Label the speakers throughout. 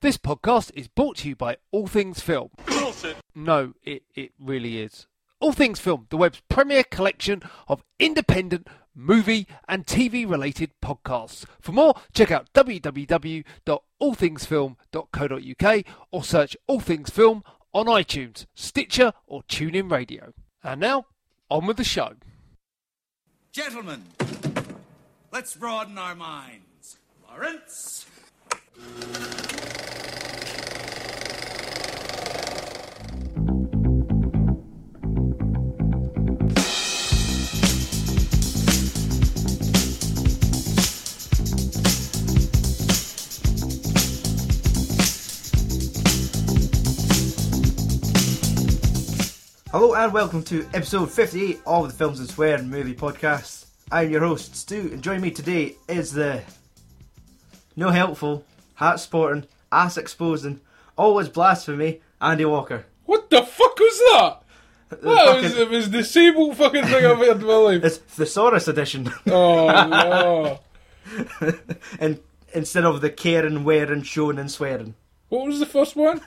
Speaker 1: This podcast is brought to you by All Things Film.
Speaker 2: Bullshit.
Speaker 1: No, it, it really is. All Things Film, the web's premier collection of independent movie and TV related podcasts. For more, check out www.allthingsfilm.co.uk or search All Things Film on iTunes, Stitcher, or TuneIn Radio. And now, on with the show.
Speaker 3: Gentlemen, let's broaden our minds. Lawrence?
Speaker 4: Hello and welcome to episode 58 of the Films and Swear Movie Podcast. I'm your host, Stu, and joining me today is the no helpful, hat sporting, ass exposing, always blasphemy, Andy Walker.
Speaker 5: What the fuck was that? That was,
Speaker 4: fucking-
Speaker 5: it was the same old fucking thing I've heard in my life.
Speaker 4: It's Thesaurus edition,
Speaker 5: Oh no!
Speaker 4: and instead of the caring, wearing, showing, and swearing.
Speaker 5: What was the first one?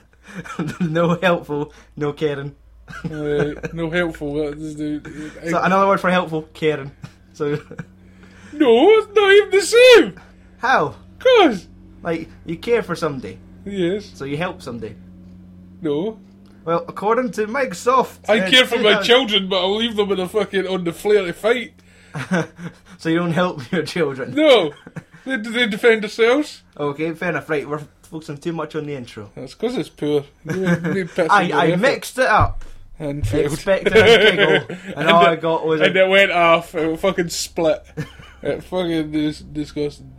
Speaker 4: no helpful, no caring.
Speaker 5: Uh, no helpful. That uh, is the,
Speaker 4: So another word for helpful, caring. So,
Speaker 5: no, it's not even the same.
Speaker 4: how?
Speaker 5: Cause
Speaker 4: Like, you care for somebody,
Speaker 5: yes,
Speaker 4: so you help somebody.
Speaker 5: no.
Speaker 4: Well, according to Microsoft.
Speaker 5: I
Speaker 4: uh,
Speaker 5: care for my
Speaker 4: 2000
Speaker 5: children, but I'll leave them in a fucking on the flare to fight.
Speaker 4: So you don't help your children.
Speaker 5: No, they, they defend themselves.
Speaker 4: Okay, fair enough. Right, we're focusing too much on the intro.
Speaker 5: That's because it's poor. You- you put some
Speaker 4: I,
Speaker 5: more
Speaker 4: I
Speaker 5: effort
Speaker 4: mixed it up,
Speaker 5: and failed.
Speaker 4: expecting a giggle, and all I got was
Speaker 5: and
Speaker 4: a,
Speaker 5: it went off. It fucking split. it fucking dis- disgusting.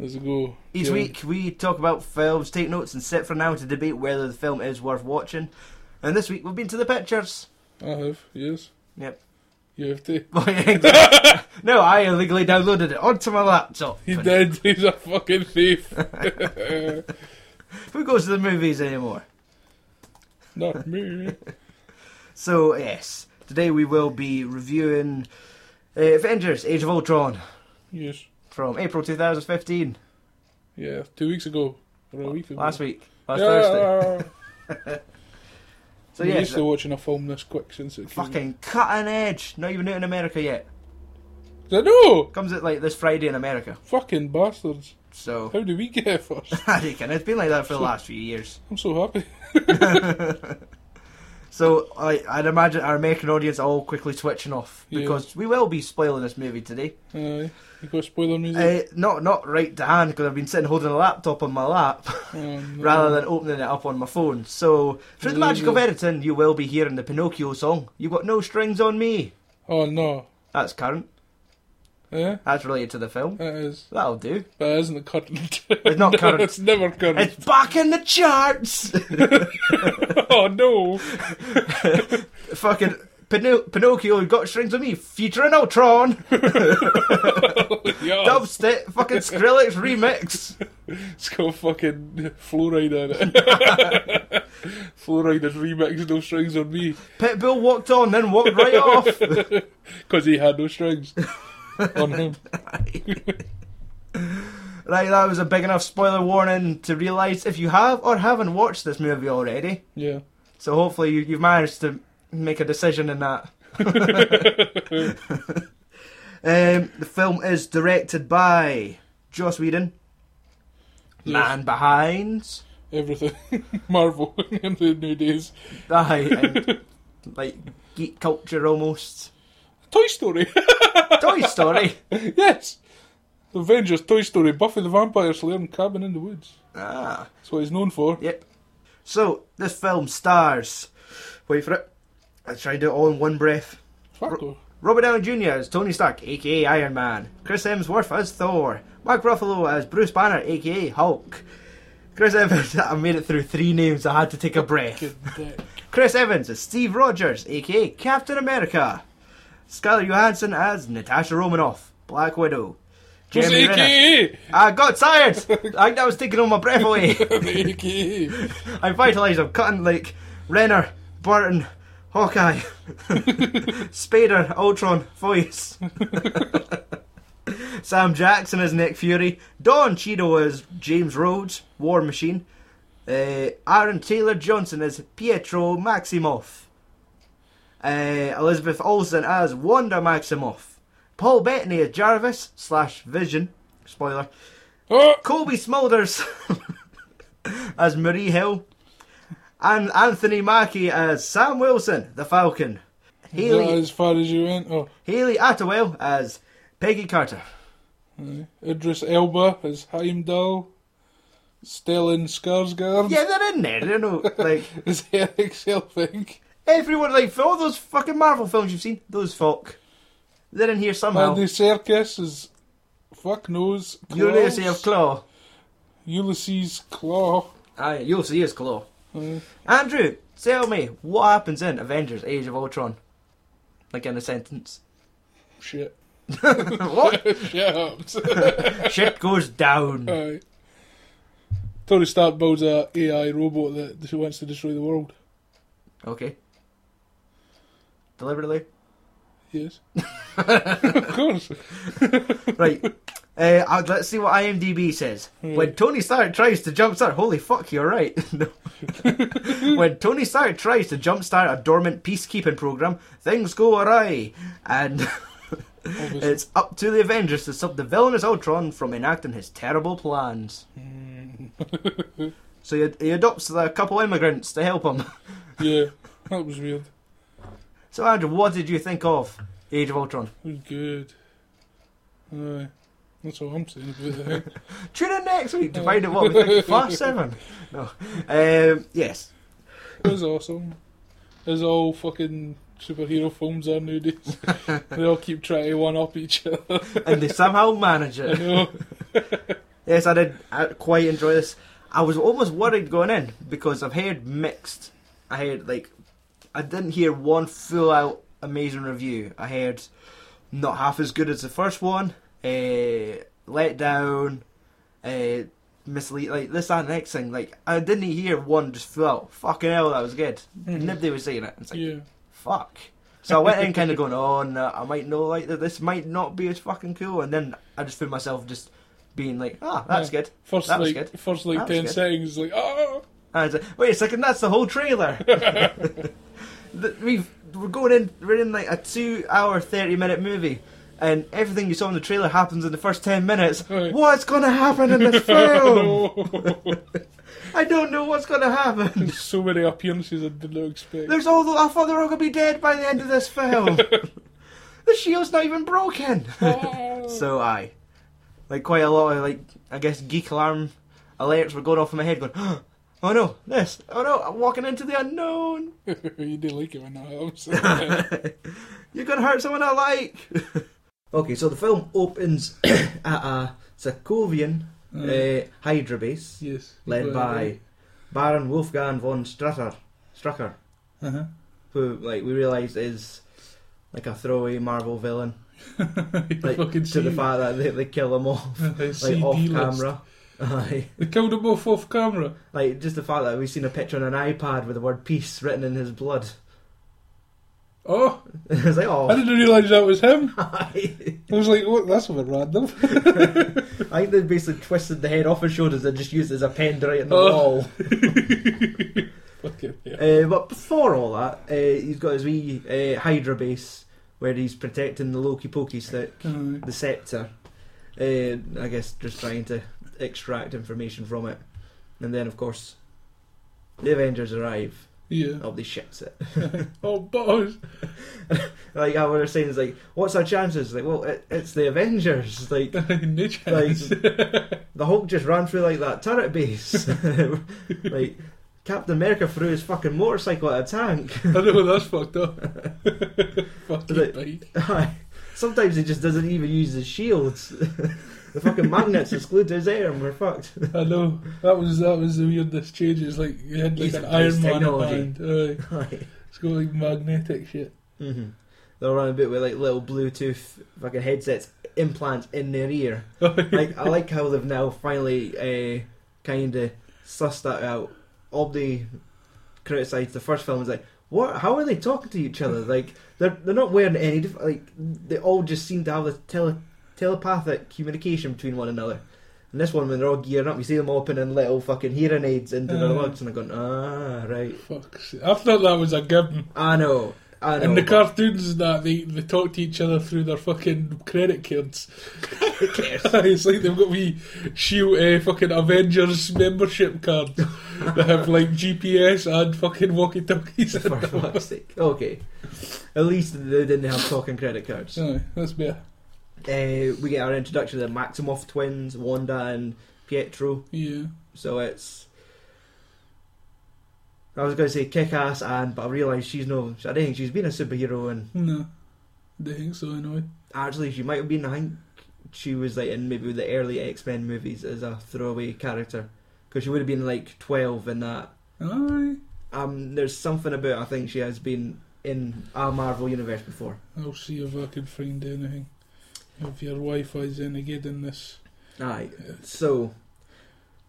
Speaker 5: Let's go.
Speaker 4: each
Speaker 5: Yeah.
Speaker 4: week we talk about films, take notes, and sit for an hour to debate whether the film is worth watching. And this week we've been to the pictures.
Speaker 5: I have. Yes.
Speaker 4: Yep.
Speaker 5: You have to.
Speaker 4: no, I illegally downloaded it onto my laptop.
Speaker 5: He did. He's a fucking thief.
Speaker 4: Who goes to the movies anymore?
Speaker 5: Not me.
Speaker 4: So yes, today we will be reviewing uh, Avengers: Age of Ultron
Speaker 5: Yes.
Speaker 4: from April 2015,
Speaker 5: Yeah. Two weeks ago. Or a week ago.
Speaker 4: last week, last
Speaker 5: yeah.
Speaker 4: Thursday. So
Speaker 5: I'm
Speaker 4: yes,
Speaker 5: used to watching a film this quick since it came.
Speaker 4: Fucking cutting edge. Not even out in America yet.
Speaker 5: I know.
Speaker 4: Comes out like this Friday in America.
Speaker 5: Fucking bastards.
Speaker 4: So
Speaker 5: How do we get it first?
Speaker 4: I reckon it's been like that for the last few years.
Speaker 5: I'm so happy.
Speaker 4: So I, I'd imagine our American audience are all quickly switching off because we will be spoiling this movie today.
Speaker 5: Aye. You got spoiler music.
Speaker 4: Uh, not not right to hand because I've been sitting holding a laptop on my lap
Speaker 5: Oh, no.
Speaker 4: rather than opening it up on my phone. So through the magic of editing, you will be hearing the Pinocchio song. You've got no strings on me.
Speaker 5: Oh no.
Speaker 4: That's current.
Speaker 5: Yeah.
Speaker 4: That's related to the film.
Speaker 5: It is.
Speaker 4: That'll do.
Speaker 5: But it isn't current.
Speaker 4: It's not
Speaker 5: No,
Speaker 4: current.
Speaker 5: it's never current.
Speaker 4: It's back in the charts.
Speaker 5: Oh no.
Speaker 4: fucking Pinoc- Pinocchio who got strings on me, featuring Ultron,
Speaker 5: Yeah.
Speaker 4: dubstep, fucking Skrillex remix.
Speaker 5: It's got fucking fluoride in it. fluoride and remix, no strings on me.
Speaker 4: Pitbull walked on, then walked right off.
Speaker 5: Because he had no strings on him.
Speaker 4: Right, that was a big enough spoiler warning to realise if you have or haven't watched this movie already.
Speaker 5: Yeah.
Speaker 4: So hopefully you, you've managed to make a decision in that. um, the film is directed by Joss Whedon, man behind.
Speaker 5: Everything. Marvel in the new days.
Speaker 4: Aye, and, like geek culture almost.
Speaker 5: Toy Story.
Speaker 4: Toy Story.
Speaker 5: yes. Avengers, Toy Story, Buffy the Vampire Slayer, and Cabin in the Woods.
Speaker 4: ah,
Speaker 5: That's what he's known for.
Speaker 4: yep. So this film stars. Wait for it. I tried to do it all in one breath.
Speaker 5: Fuck off.
Speaker 4: Robert Downey Jr. as Tony Stark, aka Iron Man. Chris Hemsworth as Thor. Mark Ruffalo as Bruce Banner, aka Hulk. Chris Evans. I made it through three names. I had to take a breath.
Speaker 5: Good dick.
Speaker 4: Chris Evans as Steve Rogers, aka Captain America. Scarlett Johansson as Natasha Romanoff, Black Widow.
Speaker 5: Was
Speaker 4: Jeremy
Speaker 5: it
Speaker 4: Renner-
Speaker 5: AKA?
Speaker 4: I got tired. I think that was taking all my breath away.
Speaker 5: AKA.
Speaker 4: I vitalised. I'm cutting like Renner, Burton, Hawkeye, Spader, Ultron, Voice. Sam Jackson as Nick Fury. Don Cheadle as James Rhodes, War Machine. Uh, Aaron Taylor Johnson as Pietro Maximoff. Uh, Elizabeth Olsen as Wanda Maximoff. Paul Bettany as Jarvis slash Vision. Spoiler.
Speaker 5: Oh,
Speaker 4: Colby Smulders as Marie Hill, and Anthony Mackie as Sam Wilson, the Falcon.
Speaker 5: is that
Speaker 4: Haley
Speaker 5: as far as you went? Oh,
Speaker 4: Haley Atwell as Peggy Carter.
Speaker 5: aye. Idris Elba as Heimdall. Stellan Skarsgård
Speaker 4: Yeah, they're in there. You know, like
Speaker 5: as Eric Selvig.
Speaker 4: everyone, like for all those fucking Marvel films you've seen, those folk, they're in here somehow.
Speaker 5: Andy Serkis is fuck knows.
Speaker 4: Ulysses
Speaker 5: Claws.
Speaker 4: of Claw.
Speaker 5: Ulysses Claw.
Speaker 4: Aye, you'll see his claw. Andrew, tell me what happens in Avengers: Age of Ultron. Like in a sentence,
Speaker 5: Shit.
Speaker 4: what
Speaker 5: Shut up.
Speaker 4: shit goes down?
Speaker 5: Aye. Tony Stark builds a AI robot that who wants to destroy the world.
Speaker 4: Okay. Deliberately.
Speaker 5: Yes. of course.
Speaker 4: Right. Uh, I- let's see what IMDb says. When Tony Stark tries to jumpstart, holy fuck, you're right. No. when Tony Stark tries to jumpstart a dormant peacekeeping program, things go awry, and it's up to the Avengers to stop the villainous Ultron from enacting his terrible plans. so he, he adopts the couple immigrants to help him.
Speaker 5: Yeah. That was weird.
Speaker 4: So Andrew, what did you think of Age of Ultron?
Speaker 5: It was good. Aye. That's all I'm saying about the thing.
Speaker 4: Tune in next week to find out what we think. Flash Seven. No. Um, yes.
Speaker 5: It was awesome. As all fucking superhero films are nowadays. they all keep trying to one up each other.
Speaker 4: And they somehow manage it.
Speaker 5: No.
Speaker 4: Yes, I did. I quite enjoy this. I was almost worried going in because I've heard mixed. I heard like I didn't hear one full out amazing review. I heard not half as good as the first one. Uh, let down. Uh, mislead like this and next thing. Like I didn't hear one just full out. Fucking hell, that was good. Nobody was saying it. It's like,
Speaker 5: Mm-hmm. Yeah.
Speaker 4: fuck. So I went in kind of going, oh, no, I might know like that. This might not be as fucking cool. And then I just found myself just being like, ah, that's
Speaker 5: Yeah.
Speaker 4: good.
Speaker 5: First
Speaker 4: that was
Speaker 5: like
Speaker 4: good.
Speaker 5: first like
Speaker 4: That was
Speaker 5: ten
Speaker 4: good.
Speaker 5: seconds like oh
Speaker 4: And I was like, wait a second, that's the whole trailer. The- We've, we're going in, we're in like a two hour, 30 minute movie. And everything you saw in the trailer happens in the first 10 minutes.
Speaker 5: Right.
Speaker 4: What's going to happen in this film?
Speaker 5: no.
Speaker 4: I don't know what's going to happen.
Speaker 5: so many appearances I did not expect.
Speaker 4: There's all the, I thought they were all going to be dead by the end of this film. the shield's not even broken.
Speaker 5: Ah.
Speaker 4: So I, like quite a lot of like I guess geek alarm alerts were going off in my head, going, "Oh no, this! Oh no, I'm walking into the unknown.
Speaker 5: you did like it when that happens.
Speaker 4: You're gonna hurt someone I like." okay, so the film opens at a Sokovian uh, Hydra base
Speaker 5: yes.
Speaker 4: led by Baron Wolfgang von Strucker, Strucker,
Speaker 5: Uh-huh.
Speaker 4: who like we realise is like a throwaway Marvel villain,
Speaker 5: You
Speaker 4: like
Speaker 5: fucking
Speaker 4: to the
Speaker 5: see.
Speaker 4: fact that they, they kill him off like
Speaker 5: CD
Speaker 4: off
Speaker 5: list.
Speaker 4: camera. Aye.
Speaker 5: They killed them both off camera.
Speaker 4: Like just the fact that we've seen a picture on an iPad with the word peace written in his blood.
Speaker 5: Oh,
Speaker 4: it's like
Speaker 5: I
Speaker 4: oh,
Speaker 5: didn't realise that was him.
Speaker 4: I
Speaker 5: I was like, what? That's a bit random.
Speaker 4: think they basically twisted the head off his shoulders and just used it as a pen to write on the
Speaker 5: Oh.
Speaker 4: wall.
Speaker 5: Fucking yeah.
Speaker 4: Uh, but before all that, uh, he's got his wee uh, Hydra base where he's protecting the Loki Pokey stick,
Speaker 5: Aye.
Speaker 4: the scepter. Uh, I guess just trying to extract information from it, and then of course, the Avengers arrive.
Speaker 5: yeah.
Speaker 4: Oh, they shits it.
Speaker 5: Oh, boss.
Speaker 4: Like I was saying, it's like, what's our chances? Like, well, it, it's the Avengers. It's Like,
Speaker 5: no
Speaker 4: like
Speaker 5: chance.
Speaker 4: the Hulk just ran through like that turret base. like Captain America threw his fucking motorcycle at a tank.
Speaker 5: I know that's fucked up. Fucking
Speaker 4: Like-
Speaker 5: bike.
Speaker 4: Aye. Sometimes he just doesn't even use his shields. the fucking magnets is glued to his air, and we're fucked.
Speaker 5: I know that was that was the weirdest change. It's like you had like
Speaker 4: He's
Speaker 5: an
Speaker 4: a
Speaker 5: Iron
Speaker 4: beast
Speaker 5: Man
Speaker 4: technology.
Speaker 5: hand. Aye. It's got like magnetic shit.
Speaker 4: mm-hmm. They're running a bit with like little Bluetooth fucking headsets implants in their ear. like I like how they've now finally uh, kind of sussed that out. Obdi criticised the first film was like, what? How are they talking to each other? Like they're they're not wearing any diff- like they all just seem to have this tele- telepathic communication between one another. And this one, when they're all gearing up, you see them opening little fucking hearing aids into their
Speaker 5: Uh.
Speaker 4: lugs, and I'm going, ah, right.
Speaker 5: Fuck's sake. I thought that was a given.
Speaker 4: I know. I know.
Speaker 5: In the
Speaker 4: but-
Speaker 5: cartoons and that they, they talk to each other through their fucking credit cards. it's like they've got wee shield uh, fucking Avengers membership card. they have like GPS and fucking walkie talkies.
Speaker 4: For fuck's sake. Okay. At least they didn't have talking credit cards.
Speaker 5: that's better.
Speaker 4: Uh, we get our introduction to the Maximoff twins, Wanda and Pietro.
Speaker 5: Yeah.
Speaker 4: So it's. I was going to say kick ass, and but I realised she's no. I don't think she's been a superhero, and
Speaker 5: No. Don't think so anyway.
Speaker 4: actually, she might have been. I think she was like in maybe the early X Men movies as a throwaway character, because she would have been like twelve in that.
Speaker 5: Aye.
Speaker 4: Um, there's something about I think she has been in a Marvel universe before.
Speaker 5: I'll see if I can find anything. If your Wi Fi's any good in this.
Speaker 4: Aye. So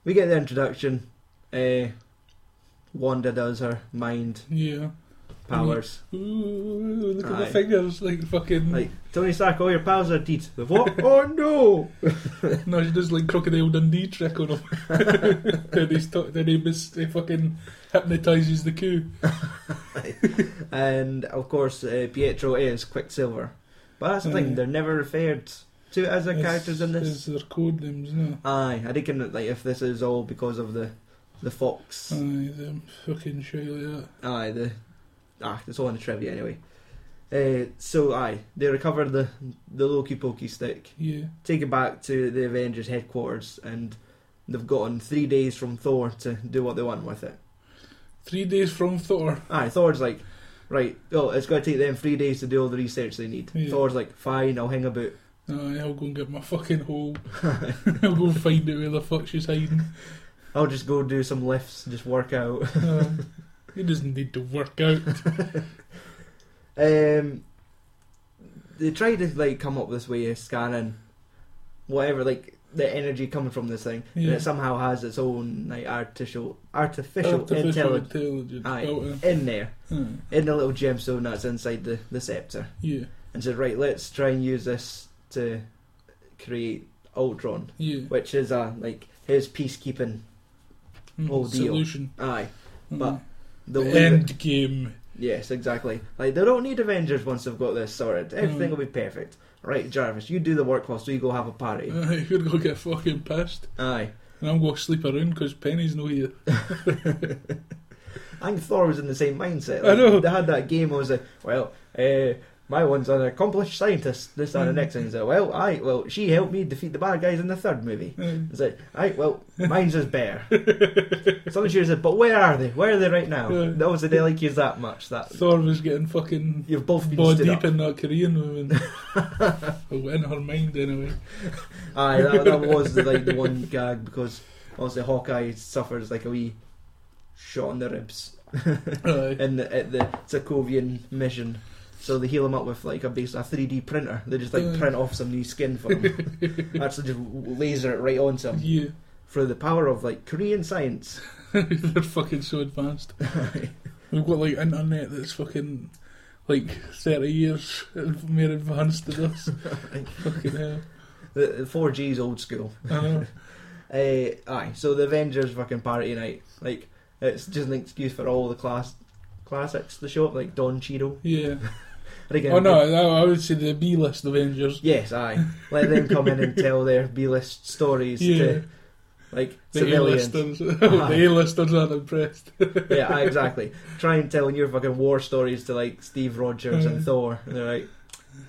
Speaker 4: we get the introduction. Uh, Wanda does her mind
Speaker 5: Yeah.
Speaker 4: powers.
Speaker 5: Ooh, look at
Speaker 4: Aye.
Speaker 5: the fingers, like fucking.
Speaker 4: Like Tony Stark, all your pals are dead. The what? Mm-hmm. oh no!
Speaker 5: No, she does like Crocodile Dundee trick on him. then, he's t- then he, mis- he fucking hypnotises the coup.
Speaker 4: And of course, uh, Pietro is Quicksilver. But that's the
Speaker 5: Aye.
Speaker 4: thing; they're never referred to as their
Speaker 5: It's-
Speaker 4: characters in this.
Speaker 5: It's their code names, no.
Speaker 4: Aye, I reckon that, like if this is all because of the the Fox.
Speaker 5: Aye, them fucking shit like that.
Speaker 4: Aye, the ah, it's all in the trivia anyway. Uh, so aye, they recover the the Loki Pokey stick.
Speaker 5: Yeah.
Speaker 4: take it back to the Avengers headquarters, and they've gotten three days from Thor to do what they want with it.
Speaker 5: Three days from Thor.
Speaker 4: Aye, Thor's like, right, well, it's going to take them three days to do all the research they need.
Speaker 5: Yeah.
Speaker 4: Thor's like, fine, I'll hang about.
Speaker 5: Aye, I'll go and get my fucking hole. I'll go and find out where the fuck she's hiding.
Speaker 4: I'll just go do some lifts, just work out.
Speaker 5: Aye. he Um, doesn't need to work out.
Speaker 4: Um, they try to like come up this way of scanning whatever like the energy coming from this thing, and
Speaker 5: Yeah.
Speaker 4: it somehow has its own like artificial artificial,
Speaker 5: Artificial
Speaker 4: intelligence
Speaker 5: intelligence.
Speaker 4: Aye.
Speaker 5: built in.
Speaker 4: in there,
Speaker 5: Aye.
Speaker 4: in the little gemstone that's inside the the scepter.
Speaker 5: Yeah,
Speaker 4: and said, right, let's try and use this to create Ultron,
Speaker 5: yeah.
Speaker 4: which is a like his peacekeeping.
Speaker 5: Mm,
Speaker 4: whole deal.
Speaker 5: Solution.
Speaker 4: Aye,
Speaker 5: Aye.
Speaker 4: But-
Speaker 5: the
Speaker 4: they'll leave oh, it-
Speaker 5: end game.
Speaker 4: Yes, exactly. Like they don't need Avengers once they've got this sorted. Everything will be perfect. Right, Jarvis, you do the work whilst we go have a party.
Speaker 5: Aye, you're gonna get fucking pissed.
Speaker 4: Aye,
Speaker 5: And I'm going to sleep around because Penny's no here.
Speaker 4: I think Thor was in the same mindset.
Speaker 5: I
Speaker 4: Like,
Speaker 5: know.
Speaker 4: they had that game. where it was like, well, uh, my one's an accomplished scientist. This
Speaker 5: Mm.
Speaker 4: and the next thing is like, well, aye, well, she helped me defeat the bad guys in the third movie.
Speaker 5: Aye.
Speaker 4: It's like, right, well, mine's is bear. Someone should have said, but where are they? Where are they right now?
Speaker 5: Yeah.
Speaker 4: No, so they like you that much. That
Speaker 5: Thor was getting fucking
Speaker 4: you've both been
Speaker 5: ball
Speaker 4: stood
Speaker 5: deep
Speaker 4: up.
Speaker 5: in that Korean woman. well, in her mind, anyway.
Speaker 4: Aye, that, that was the, like the one gag because obviously Hawkeye suffers like a wee shot in the ribs
Speaker 5: Aye.
Speaker 4: in the, at the Sokovian mission. So they heal him up with like a base a 3D printer. They just like
Speaker 5: Yeah.
Speaker 4: print off some new skin for him. Actually, just laser it right onto him
Speaker 5: Yeah,
Speaker 4: through the power of like Korean science.
Speaker 5: they're fucking so advanced. We've got like internet that's fucking like 30 years more advanced than us. fucking hell.
Speaker 4: The, the 4G's old school.
Speaker 5: I know.
Speaker 4: Uh, aye, so the Avengers fucking party night, like it's just an excuse for all the class classics to show up, like Don Cheadle.
Speaker 5: Yeah.
Speaker 4: And again,
Speaker 5: Oh no, I I would say the B list Avengers.
Speaker 4: yes, aye, let them come in and tell their B-list stories
Speaker 5: Yeah.
Speaker 4: to like
Speaker 5: The A
Speaker 4: civilians.
Speaker 5: listers. the A listers aren't impressed.
Speaker 4: yeah, aye, exactly. Try and tell your fucking war stories to like Steve Rogers and
Speaker 5: Mm.
Speaker 4: Thor, and they're like,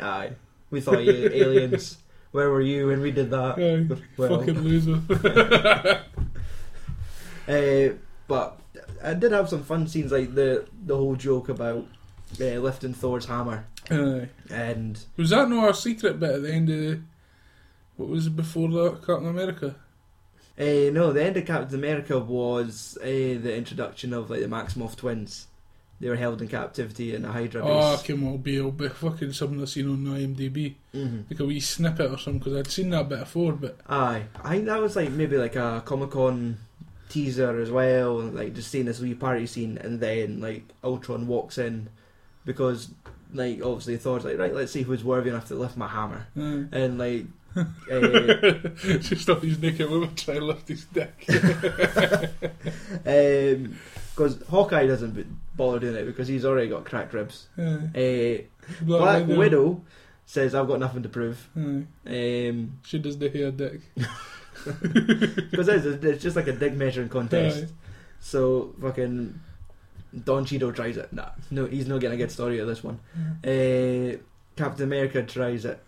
Speaker 4: aye, we thought you aliens. Where were you when we did that?
Speaker 5: Aye.
Speaker 4: Well.
Speaker 5: Fucking loser.
Speaker 4: Uh, but I did have some fun scenes, like the the whole joke about uh, lifting Thor's hammer,
Speaker 5: Aye.
Speaker 4: and
Speaker 5: Was that not our secret bit at the end of the, what was it before that Captain America?
Speaker 4: uh, no, the end of Captain America was uh, the introduction of like the Maximoff twins. They were held in captivity in a Hydra
Speaker 5: Oh,
Speaker 4: base.
Speaker 5: come on, be it'll be fucking something I've seen on IMDb,
Speaker 4: hmm
Speaker 5: like a wee snippet or something, because I'd seen that bit before. But
Speaker 4: Aye, I think that was like maybe like a Comic Con teaser as well, and, like just seeing this wee party scene, and then like Ultron walks in because like obviously Thor's like right, let's see who's worthy enough to lift my hammer.
Speaker 5: uh,
Speaker 4: and like Uh,
Speaker 5: Just off his naked woman trying to lift his dick.
Speaker 4: Because um, Hawkeye doesn't bother doing it because he's already got cracked ribs.
Speaker 5: Aye.
Speaker 4: Uh, Black Widow. says, "I've got nothing to prove," Um,
Speaker 5: Aye.
Speaker 4: because
Speaker 5: She does the hair dick.
Speaker 4: it's, it's just like a dick measuring contest.
Speaker 5: Aye.
Speaker 4: So fucking Don Cheadle tries it. Nah, no, he's not getting a good story out of this one. Uh, Captain America tries it.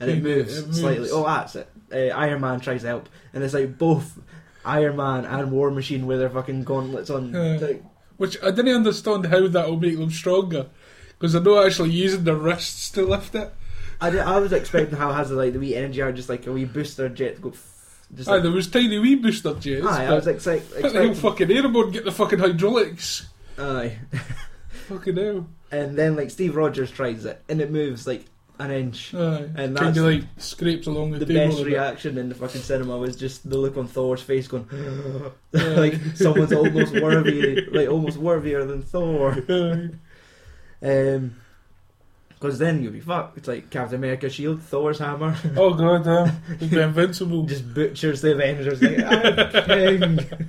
Speaker 4: And it
Speaker 5: It-
Speaker 4: moves,
Speaker 5: it moves.
Speaker 4: slightly. Oh, that's it. Uh, Iron Man tries to help, and it's like both Iron Man and War Machine with their fucking gauntlets on.
Speaker 5: Aye.
Speaker 4: Like,
Speaker 5: Which I didn't understand how that will make them stronger. Because they're not actually using their wrists to lift it.
Speaker 4: I, di- I was expecting how it has like the wee energy, or just like a wee booster jet to go. f- Just
Speaker 5: Aye,
Speaker 4: like,
Speaker 5: there was tiny wee booster jets.
Speaker 4: aye, I
Speaker 5: but-
Speaker 4: was expect,
Speaker 5: Put the whole
Speaker 4: expecting.
Speaker 5: fucking airborne, get the fucking hydraulics.
Speaker 4: Aye.
Speaker 5: Fucking hell.
Speaker 4: and then like Steve Rogers tries it, and it moves like an inch.
Speaker 5: Aye.
Speaker 4: And
Speaker 5: kind
Speaker 4: that's
Speaker 5: of like scrapes along the,
Speaker 4: the
Speaker 5: table.
Speaker 4: best
Speaker 5: a bit.
Speaker 4: reaction in the fucking cinema was just the look on Thor's face going
Speaker 5: Yeah.
Speaker 4: like someone's almost worthy like almost worthier than Thor
Speaker 5: Aye.
Speaker 4: um because then you'll be fucked it's like Captain America's shield Thor's hammer
Speaker 5: Oh god, damn. He'd be invincible.
Speaker 4: just butchers the Avengers like ah, I'm king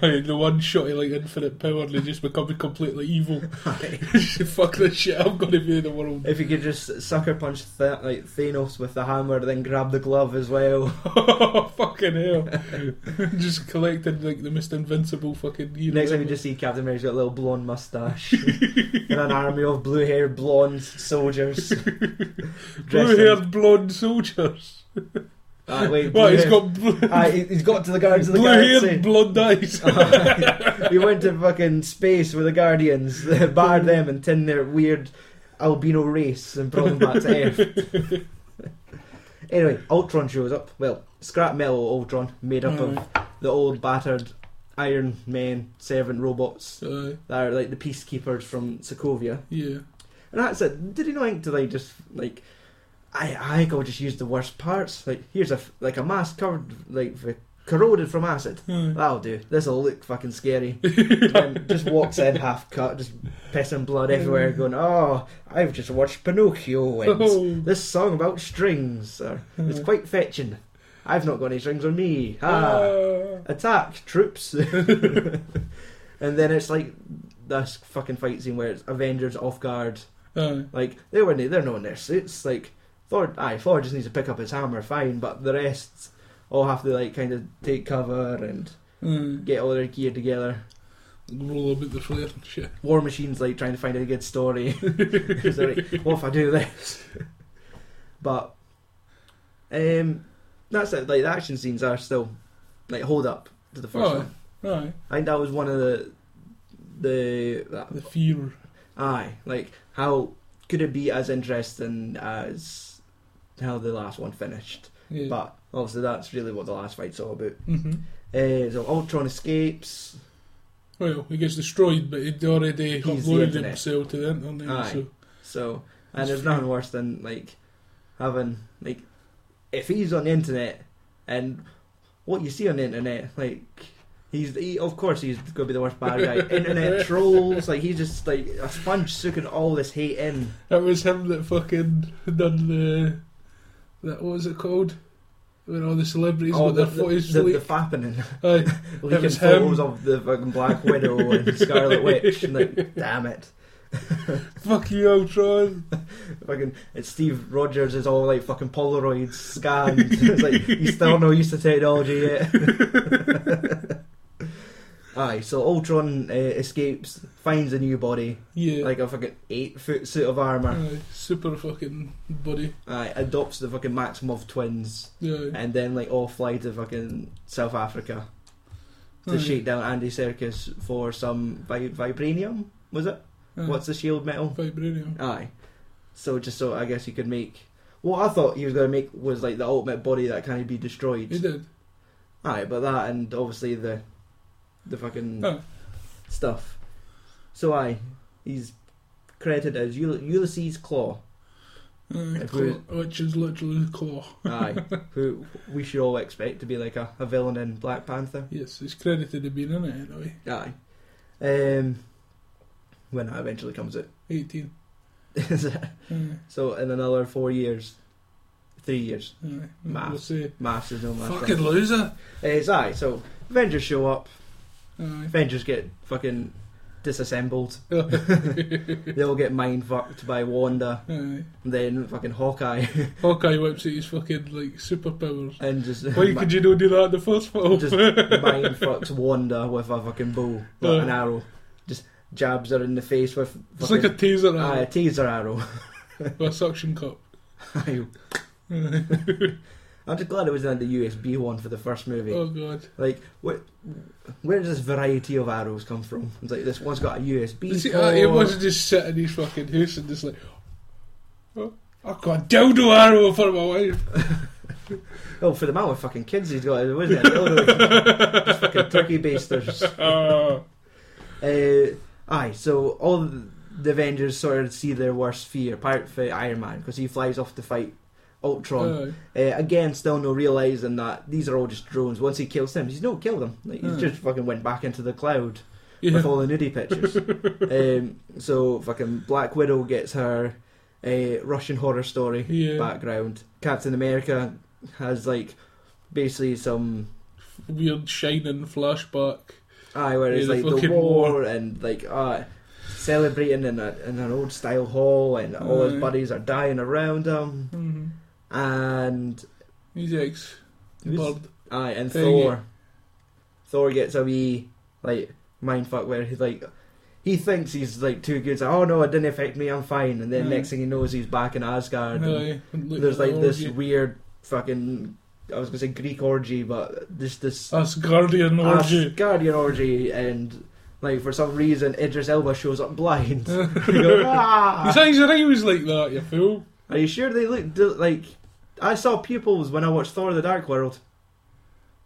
Speaker 5: Aye, the one shot of like infinite power and they just become completely evil. Fuck this shit, I'm gonna be in the world.
Speaker 4: if you could just sucker punch Th- like Thanos with the hammer then grab the glove as well
Speaker 5: fucking hell. just collected like the most invincible fucking hero.
Speaker 4: next time you just see Captain America's got a little blonde mustache and an army of blue haired blonde soldiers
Speaker 5: blue haired blonde soldiers.
Speaker 4: uh, wait,
Speaker 5: What, he's
Speaker 4: blue-haired-
Speaker 5: got blue
Speaker 4: Aye, he- he's got to the Guardians of the Galaxy.
Speaker 5: haired blonde eyes.
Speaker 4: we went to fucking space with the Guardians, barred them, and tin their weird albino race and brought them back to Earth. anyway, Ultron shows up. Well, scrap metal Ultron, made up of
Speaker 5: Mm.
Speaker 4: the old battered Iron Man servant robots
Speaker 5: Aye.
Speaker 4: that are like the peacekeepers from Sokovia.
Speaker 5: yeah.
Speaker 4: And that's it. Did he not think to like just like I I think I'll just use the worst parts. Like here's a f- like a mask covered like f- corroded from acid.
Speaker 5: Aye.
Speaker 4: That'll do. This'll look fucking scary. Then just walks in half cut, just pissing blood everywhere, going, Oh, I've just watched Pinocchio and
Speaker 5: Oh.
Speaker 4: this song about strings. Or, it's quite fetching. I've not got any strings on me. Ah
Speaker 5: Ah.
Speaker 4: attack troops and then it's like this fucking fight scene where it's avengers off guard
Speaker 5: Aye.
Speaker 4: like they were they're not in their suits like thor aye thor just needs to pick up his hammer fine but the rest all have to like kind of take cover and
Speaker 5: Mm.
Speaker 4: get all their gear together
Speaker 5: Roll about the flare and shit.
Speaker 4: war machine's like trying to find a good story It's like, what if i do this but um that's it like the action scenes are still like hold up to the first
Speaker 5: Aye.
Speaker 4: one
Speaker 5: Aye.
Speaker 4: I think that was one of the the that,
Speaker 5: The fear.
Speaker 4: aye like how could it be as interesting as how the last one finished?
Speaker 5: Yeah.
Speaker 4: But obviously that's really what the last fight's all about.
Speaker 5: hmm
Speaker 4: Uh, so Ultron escapes.
Speaker 5: Well, he gets destroyed, but he'd already
Speaker 4: the
Speaker 5: uploaded
Speaker 4: internet.
Speaker 5: himself to the internet.
Speaker 4: Aye.
Speaker 5: So.
Speaker 4: So and there's nothing worse than like having like if he's on the internet and what you see on the internet like. He's he, of course he's gonna be the worst bad guy. Internet trolls, like he's just like a sponge soaking all this hate in.
Speaker 5: It was him that fucking done the. That, what was it called? When all the celebrities
Speaker 4: Oh,
Speaker 5: with
Speaker 4: the,
Speaker 5: their
Speaker 4: the,
Speaker 5: footage
Speaker 4: the, the
Speaker 5: leaked.
Speaker 4: fapping
Speaker 5: Aye.
Speaker 4: and
Speaker 5: It
Speaker 4: leaking
Speaker 5: was him.
Speaker 4: photos of the fucking Black Widow and Scarlet Witch, and like, damn it,
Speaker 5: Fuck you, Ultron.
Speaker 4: fucking it's Steve Rogers is all like fucking Polaroids scanned. it's like he's still no use to technology yet. Aye, so Ultron uh, escapes, finds a new body,
Speaker 5: Yeah.
Speaker 4: like uh, a fucking eight foot suit of armor.
Speaker 5: Aye. Super fucking buddy.
Speaker 4: Aye, adopts the fucking Maximov twins,
Speaker 5: Yeah.
Speaker 4: and then like all fly to fucking South Africa. to
Speaker 5: Aye.
Speaker 4: shake down Andy Circus for some vi- vibranium. Was it?
Speaker 5: Aye.
Speaker 4: What's the shield metal?
Speaker 5: Vibranium.
Speaker 4: Aye. So just so I guess he could make. What I thought he was going to make was like the ultimate body that can be
Speaker 5: He
Speaker 4: destroyed.
Speaker 5: did.
Speaker 4: Aye, but that and obviously the, the fucking
Speaker 5: Aye.
Speaker 4: stuff. So aye, he's credited as Uly- Ulysses Claw.
Speaker 5: Aye,
Speaker 4: If
Speaker 5: claw, which is literally claw.
Speaker 4: Aye, who we should all expect to be like a, a villain in Black Panther.
Speaker 5: Yes, he's credited to being in it anyway.
Speaker 4: Aye. Um, when that eventually comes out.
Speaker 5: 18.
Speaker 4: Is it?
Speaker 5: Aye.
Speaker 4: So in another four years, Three years.
Speaker 5: Aye, We'll
Speaker 4: Mass.
Speaker 5: see.
Speaker 4: Mass is no mass.
Speaker 5: Fucking loser.
Speaker 4: It's aye. So Avengers show up.
Speaker 5: Aye.
Speaker 4: Avengers get fucking disassembled.
Speaker 5: Aye.
Speaker 4: They all get mind fucked by Wanda. And then fucking Hawkeye
Speaker 5: Hawkeye whips at his fucking like superpowers.
Speaker 4: and just
Speaker 5: Why could you not do that in the first film?
Speaker 4: just mind fucks Wanda with a fucking bow, like an
Speaker 5: Aye.
Speaker 4: arrow. Just jabs her in the face with.
Speaker 5: Uh. it's like a uh,
Speaker 4: fucking-
Speaker 5: taser
Speaker 4: aye, a
Speaker 5: arrow
Speaker 4: teaser arrow.
Speaker 5: or a suction cup. Oh,
Speaker 4: Aye. I'm just glad it was not the USB one for the first movie.
Speaker 5: Oh god.
Speaker 4: Like, what? Where does this variety of arrows come from? It's like this one's got a USB.
Speaker 5: See,
Speaker 4: port.
Speaker 5: uh, it wasn't just sitting in his fucking house and just like, oh, I got a dildo arrow for my wife.
Speaker 4: Oh, for the amount of fucking kids he's got, it wasn't it? Oh, no, just fucking turkey basters.
Speaker 5: Oh,
Speaker 4: Uh, aye, so all the Avengers sort of see their worst fear, apart from Iron Man, because he flies off to fight Ultron.
Speaker 5: aye.
Speaker 4: Uh, again, still no realizing that these are all just drones. Once he kills them, he's not killed them. Like, he
Speaker 5: Hmm.
Speaker 4: just fucking went back into the cloud with
Speaker 5: yeah.
Speaker 4: all the nudie pictures. um, so fucking Black Widow gets her uh, Russian horror story
Speaker 5: Yeah.
Speaker 4: background. Captain America has like basically some
Speaker 5: Weird shining flashback.
Speaker 4: aye, where it's
Speaker 5: Yeah, the
Speaker 4: like the
Speaker 5: fucking
Speaker 4: war,
Speaker 5: war.
Speaker 4: and like uh, celebrating in a, in an old style hall, and all
Speaker 5: Aye.
Speaker 4: his buddies are dying around him,
Speaker 5: Mm-hmm.
Speaker 4: and
Speaker 5: He's ex.
Speaker 4: Who's-
Speaker 5: Bird.
Speaker 4: aye, and
Speaker 5: Thing.
Speaker 4: Thor. Thor gets a wee like mindfuck where he's like. He thinks he's like too good. He's like, oh no, it didn't affect me. I'm fine. And then
Speaker 5: Aye.
Speaker 4: next thing he knows, he's back in Asgard. and-
Speaker 5: Aye. Look
Speaker 4: there's
Speaker 5: at
Speaker 4: like
Speaker 5: the
Speaker 4: this
Speaker 5: orgy.
Speaker 4: weird fucking I was gonna say Greek orgy, but this this
Speaker 5: Asgardian orgy.
Speaker 4: Asgardian orgy and like for some reason Idris Elba shows up blind. You go,
Speaker 5: His
Speaker 4: "Ah."
Speaker 5: eyes are always like that, you fool.
Speaker 4: Are you sure they look do- like? I saw pupils when I watched Thor: The Dark World.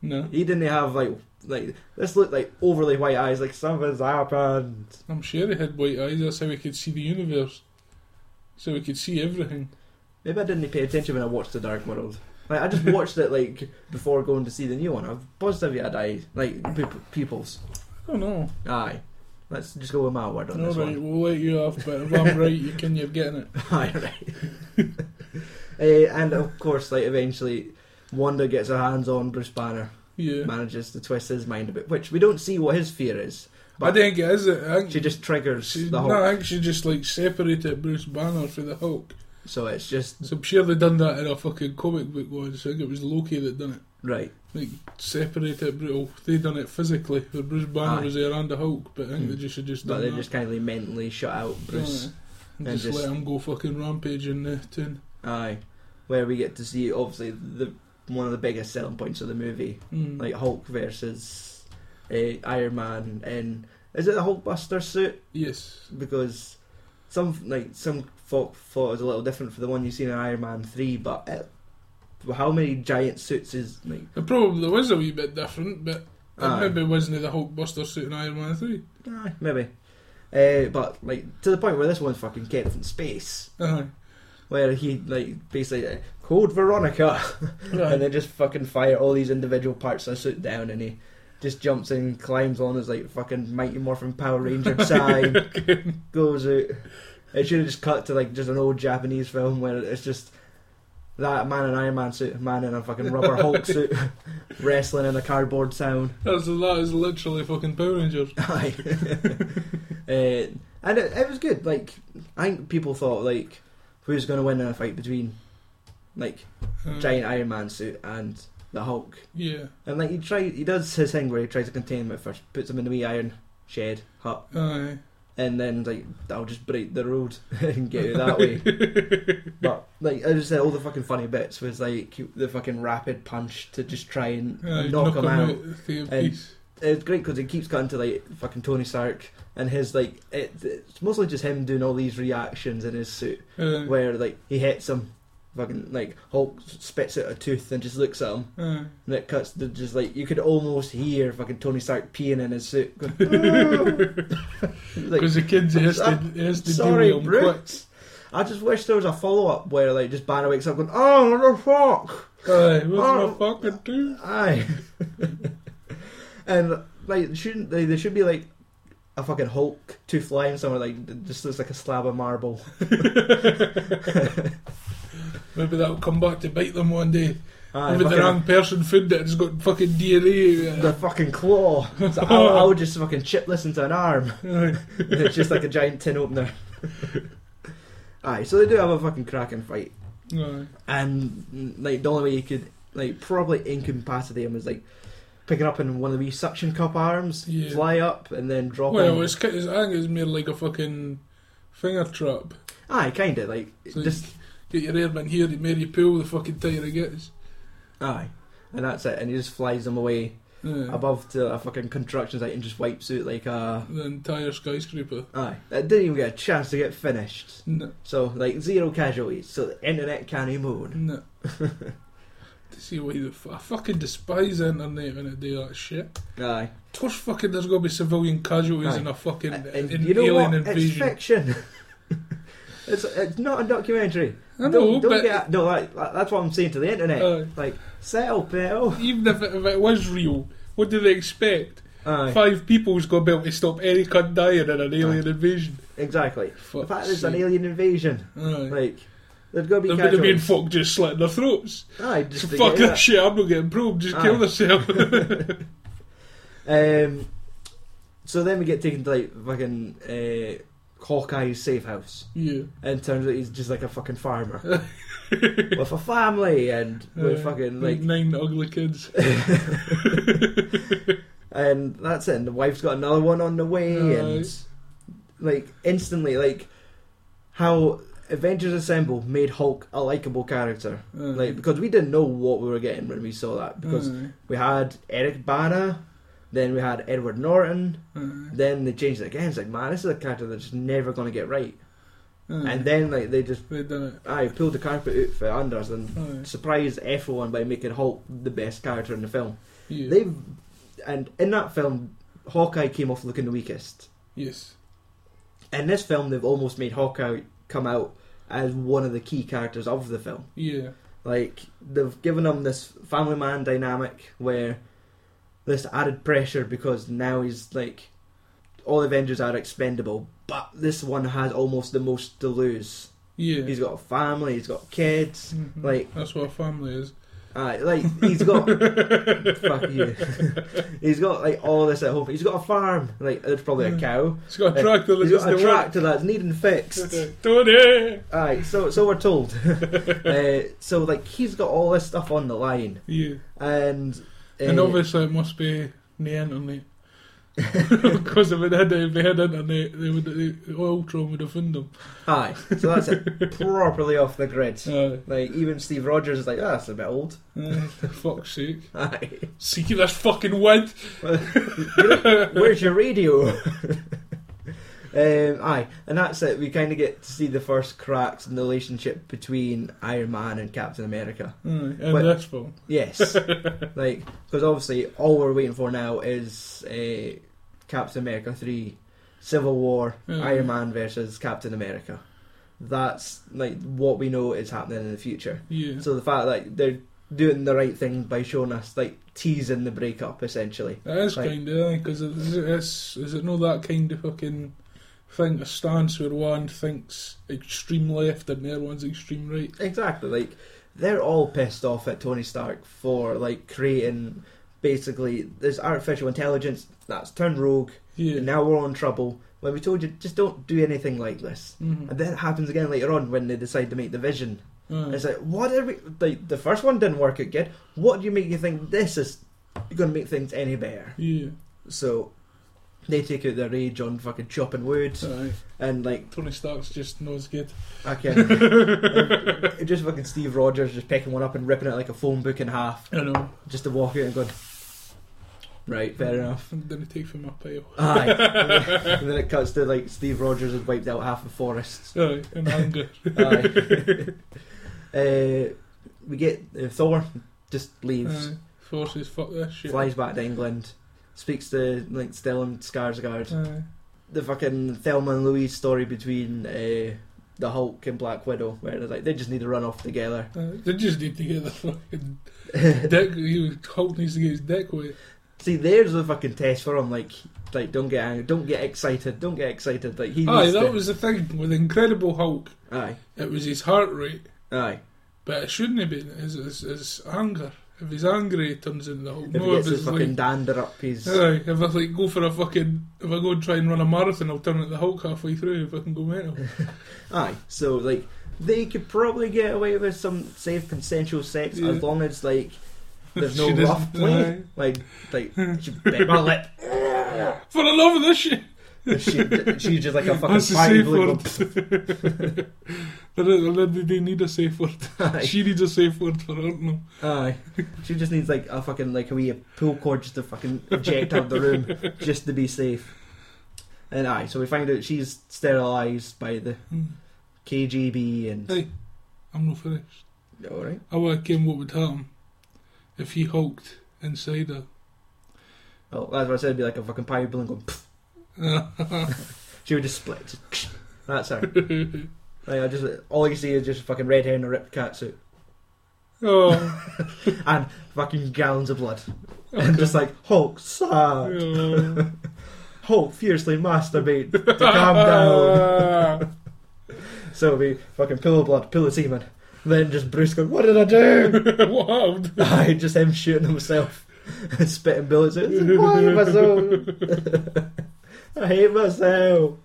Speaker 5: No,
Speaker 4: He didn't have like like this looked like overly white eyes. Like something's happened.
Speaker 5: I'm sure he had white eyes. That's how he could see the universe. So he could see everything.
Speaker 4: Maybe I didn't pay attention when I watched The Dark World. Like I just watched it like before going to see the new one. I've positively had eyes like pup- pupils.
Speaker 5: I don't know.
Speaker 4: Aye. Let's just go with my word on
Speaker 5: All
Speaker 4: this
Speaker 5: right,
Speaker 4: one.
Speaker 5: we'll let you off, but if I'm right, you can. You're getting it.
Speaker 4: Aye, right. Eh, and of course, like eventually, Wanda gets her hands on Bruce Banner,
Speaker 5: Yeah.
Speaker 4: manages to twist his mind a bit, which we don't see what his fear is.
Speaker 5: I
Speaker 4: But
Speaker 5: think it is. It. I think
Speaker 4: she just triggers
Speaker 5: She,
Speaker 4: the
Speaker 5: no,
Speaker 4: whole.
Speaker 5: I think she just like separated Bruce Banner from the Hulk.
Speaker 4: So it's just
Speaker 5: So I'm sure they done that in a fucking comic book once. I think it was Loki that done it.
Speaker 4: right.
Speaker 5: Like separated Bruce. oh, They done it physically. Where Bruce Banner
Speaker 4: Aye.
Speaker 5: was there and the Hulk, but I think
Speaker 4: Hmm.
Speaker 5: they just should just
Speaker 4: But
Speaker 5: done
Speaker 4: they
Speaker 5: that.
Speaker 4: just kind of like mentally shut out Bruce.
Speaker 5: Aye. and
Speaker 4: and
Speaker 5: just,
Speaker 4: just-
Speaker 5: let him go fucking rampage in the tune.
Speaker 4: Aye. Where we get to see obviously the one of the biggest selling points of the movie,
Speaker 5: Mm.
Speaker 4: like Hulk versus eh, Iron Man, and is it the Hulkbuster suit?
Speaker 5: yes,
Speaker 4: because some like some folk thought it was a little different for the one you see in Iron Man three, but it, how many giant suits is like
Speaker 5: it probably was a wee bit different, but
Speaker 4: Aye.
Speaker 5: it maybe wasn't the Hulk Buster suit in Iron Man three.
Speaker 4: eh, maybe, uh, but like to the point where this one's fucking kept in space,
Speaker 5: Aye.
Speaker 4: where he like basically uh, called Veronica, and then just fucking fire all these individual parts of the suit down, and he just jumps in, climbs on his like fucking Mighty Morphin Power Ranger sign, goes out. It should have just cut to like just an old Japanese film where it's just that man in Iron Man suit, man in a fucking rubber Hulk suit, wrestling in a cardboard town.
Speaker 5: That's that is literally fucking Power Rangers.
Speaker 4: Aye. uh, and it, it was good. Like I think people thought like who's going to win in a fight between like
Speaker 5: Aye.
Speaker 4: giant Iron Man suit and the Hulk.
Speaker 5: Yeah.
Speaker 4: And like he tries, he does his thing where he tries to contain him at first, puts him in the wee iron shed hut,
Speaker 5: Aye.
Speaker 4: and then like I'll just break the road and get you that way. But like I just said, all the fucking funny bits was like the fucking rapid punch to just try and
Speaker 5: Aye,
Speaker 4: knock, him out.
Speaker 5: Stay in
Speaker 4: And-
Speaker 5: peace.
Speaker 4: It's great because it keeps cutting to like fucking Tony Stark and his like it, it's mostly just him doing all these reactions in his suit
Speaker 5: Aye.
Speaker 4: where like he hits him, fucking like Hulk spits out a tooth and just looks at him.
Speaker 5: Aye.
Speaker 4: And it cuts to just like you could almost hear fucking Tony Stark peeing in his suit. Going, "Ah." Like,
Speaker 5: Because the kids, it has to,
Speaker 4: I'm
Speaker 5: it has to
Speaker 4: Sorry,
Speaker 5: deal with them quick.
Speaker 4: Brutes. I just wish there was a follow up where like just Banner wakes up going, "Oh, what the fuck!"
Speaker 5: Aye, what's
Speaker 4: Oh.
Speaker 5: my fucking do?
Speaker 4: Aye. and like, shouldn't they? There should be like a fucking Hulk two flying somewhere like that just looks like a slab of marble.
Speaker 5: Maybe that'll come back to bite them one day.
Speaker 4: Aye,
Speaker 5: Maybe the
Speaker 4: fucking-
Speaker 5: wrong person food it and it's got fucking DNA.
Speaker 4: The fucking claw. It's like, I'll, I'll just fucking chip this into an arm. it's just like a giant tin opener. Aye, so they do have a fucking cracking fight.
Speaker 5: Aye.
Speaker 4: And mm, like the only way you could like probably incapacitate him is like picking up in one of these suction cup arms,
Speaker 5: Yeah.
Speaker 4: fly up, and then drop
Speaker 5: Well,
Speaker 4: him.
Speaker 5: it's, ki- it's, I think it's more like a fucking finger trap.
Speaker 4: Aye, kinda like
Speaker 5: So
Speaker 4: just
Speaker 5: you get your airman here, the Mary pull the fucking tire it gets.
Speaker 4: aye, and that's it. And he just flies them away
Speaker 5: Yeah.
Speaker 4: above to a fucking construction site and just wipes out like a.
Speaker 5: the entire skyscraper.
Speaker 4: Aye, it didn't even get a chance to get finished.
Speaker 5: No,
Speaker 4: So like zero casualties. So the internet can't even moan.
Speaker 5: no. to see why the f- I fucking despise the internet when I do that shit.
Speaker 4: Aye,
Speaker 5: Of course, fucking there's gonna be civilian casualties
Speaker 4: Aye.
Speaker 5: in a fucking
Speaker 4: and,
Speaker 5: in
Speaker 4: you know
Speaker 5: alien
Speaker 4: what? It's
Speaker 5: invasion.
Speaker 4: fiction. it's it's not a documentary.
Speaker 5: I know,
Speaker 4: don't, don't
Speaker 5: but-
Speaker 4: get no. Like, like, that's what I'm saying to the internet.
Speaker 5: Aye.
Speaker 4: like settle, pal.
Speaker 5: Even if it, if it was real, what do they expect?
Speaker 4: Aye,
Speaker 5: Five people's gonna be able to stop any cunt dying in an alien invasion.
Speaker 4: exactly. the
Speaker 5: Fuck's
Speaker 4: fact there's an
Speaker 5: sake.
Speaker 4: alien invasion,
Speaker 5: Aye.
Speaker 4: like there's gonna be
Speaker 5: They're gonna be in
Speaker 4: casualties.
Speaker 5: fuck just slitting their throats.
Speaker 4: Aye, just to
Speaker 5: Fuck
Speaker 4: get Ah.
Speaker 5: that shit, I'm not getting probed, just
Speaker 4: Aye.
Speaker 5: kill myself.
Speaker 4: that. Um, so then we get taken to like fucking uh, Hawkeye's safe house.
Speaker 5: yeah.
Speaker 4: and turns out he's just like a fucking farmer with a family and with
Speaker 5: Uh,
Speaker 4: fucking like
Speaker 5: nine ugly kids.
Speaker 4: and that's it and the wife's got another one on the way and like instantly like how Avengers Assemble made Hulk a likable character
Speaker 5: Aye.
Speaker 4: like because we didn't know what we were getting when we saw that because
Speaker 5: Aye.
Speaker 4: we had Eric Bana then we had Edward Norton
Speaker 5: Aye.
Speaker 4: then they changed it again it's like man this is a character that's just never going to get right
Speaker 5: Aye.
Speaker 4: and then like they just
Speaker 5: they done it.
Speaker 4: I pulled the carpet out for under us and
Speaker 5: Aye.
Speaker 4: surprised everyone by making Hulk the best character in the film.
Speaker 5: Yeah.
Speaker 4: They've and in that film, Hawkeye came off looking the weakest.
Speaker 5: yes.
Speaker 4: In this film, they've almost made Hawkeye come out as one of the key characters of the film.
Speaker 5: Yeah.
Speaker 4: Like they've given him this family man dynamic where this added pressure because now he's like all Avengers are expendable, but this one has almost the most to lose.
Speaker 5: Yeah.
Speaker 4: He's got a family, he's got kids,
Speaker 5: Mhm.
Speaker 4: like
Speaker 5: That's what a family is.
Speaker 4: Aye, like he's got fuck you. he's got like all this at home. He's got a farm. Like there's probably a cow. Uh,
Speaker 5: It's got a tractor that
Speaker 4: He's got a
Speaker 5: needs to work.
Speaker 4: tractor that's needing fixed.
Speaker 5: Tony!
Speaker 4: Aye, so so we're told. uh, so like he's got all this stuff on the line,
Speaker 5: Yeah.
Speaker 4: and uh,
Speaker 5: and obviously it must be the internet. Because if it had, if they had internet, they would, the Ultron would have found them.
Speaker 4: aye, so that's it. properly off the grid.
Speaker 5: Aye.
Speaker 4: Like even Steve Rogers is like, ah, that's a bit old.
Speaker 5: Aye, for fuck's sake.
Speaker 4: Aye,
Speaker 5: See this fucking wind.
Speaker 4: where's your radio? Um, aye, and that's it. We kind of get to see the first cracks in the relationship between Iron Man and Captain America.
Speaker 5: Aye, and
Speaker 4: But-
Speaker 5: this film.
Speaker 4: Yes, like because obviously all we're waiting for now is uh, Captain America three, Civil War,
Speaker 5: Mm.
Speaker 4: Iron Man versus Captain America. That's like what we know is happening in the future.
Speaker 5: Yeah.
Speaker 4: So the fact that they're doing the right thing by showing us like teasing the breakup essentially.
Speaker 5: That is
Speaker 4: Like-
Speaker 5: kind of because it's, it's is it not that kind of fucking thing a stance where one thinks extreme left and the other one's extreme right.
Speaker 4: Exactly, like they're all pissed off at Tony Stark for like creating basically this artificial intelligence that's turned rogue.
Speaker 5: Yeah.
Speaker 4: And now we're all in trouble. When we told you, just don't do anything like this.
Speaker 5: Mhm.
Speaker 4: And then it happens again later on when they decide to make the vision.
Speaker 5: Aye.
Speaker 4: It's like, what are we? Like, the first one didn't work out good. What do you make you think this is going to make things any better?
Speaker 5: yeah.
Speaker 4: So they take out their rage on fucking chopping wood
Speaker 5: Aye.
Speaker 4: and like
Speaker 5: Tony Stark's just knows good.
Speaker 4: fucking just fucking Steve Rogers just picking one up and ripping it like a phone book in half
Speaker 5: I know.
Speaker 4: just to walk out and going, right, fair enough.
Speaker 5: I'm gonna take from my pile.
Speaker 4: Aye. and, then, and then it cuts to like Steve Rogers has wiped out half the forest.
Speaker 5: Aye, in anger.
Speaker 4: Aye. uh, we get uh, Thor just leaves,
Speaker 5: Aye. Forces fuck this shit.
Speaker 4: flies back to England, speaks to like Stellan Skarsgård.
Speaker 5: Aye.
Speaker 4: The fucking Thelma and Louise story between uh, the Hulk and Black Widow, where they're like they just need to run off together.
Speaker 5: Aye. They just need to get the fucking dick. You Hulk needs to get his dick wet.
Speaker 4: See, there's the fucking test for him. Like, like don't get angry, don't get excited, don't get excited. Like he.
Speaker 5: Aye,
Speaker 4: needs
Speaker 5: that
Speaker 4: to-
Speaker 5: was the thing with Incredible Hulk.
Speaker 4: Aye,
Speaker 5: It was his heart rate.
Speaker 4: aye.
Speaker 5: But it shouldn't be. It's, it's, it's anger. If he's angry, it turns into the whole.
Speaker 4: If he gets his fucking dander up, he's.
Speaker 5: Aye, if I like go for a fucking, if I go and try and run a marathon, I'll turn it the Hulk halfway through if I can go mental.
Speaker 4: Aye, so like they could probably get away with some safe consensual sex
Speaker 5: Yeah.
Speaker 4: as long as like there's no
Speaker 5: She doesn't-
Speaker 4: rough play.
Speaker 5: aye.
Speaker 4: Like like she bit my lip.
Speaker 5: For the love of this shit,
Speaker 4: She she's just like a fucking
Speaker 5: that's the safe
Speaker 4: five
Speaker 5: word. They- they- they need a safe word. She needs a safe word for her. No,
Speaker 4: Aye. She just needs like a fucking like a wee pull cord just to fucking eject out the room just to be safe. And aye, so we find out she's sterilised by the KGB and
Speaker 5: hey, I'm not finished.
Speaker 4: alright.
Speaker 5: I work in what would harm if he hulked inside her.
Speaker 4: Oh, that's what I said. It'd be like a fucking pie balloon going. pfft. she would just split. Just That's her. Like, I just all you see is just fucking red hair and a ripped catsuit
Speaker 5: Oh,
Speaker 4: and fucking gallons of blood and just like Hulk sad,
Speaker 5: oh.
Speaker 4: Hulk fiercely masturbate to calm down. So we fucking pull the blood, pull the semen, then just Bruce going, "What did I do?"
Speaker 5: what happened?
Speaker 4: I just him shooting himself, and spitting bullets. out. Why myself? I hate myself.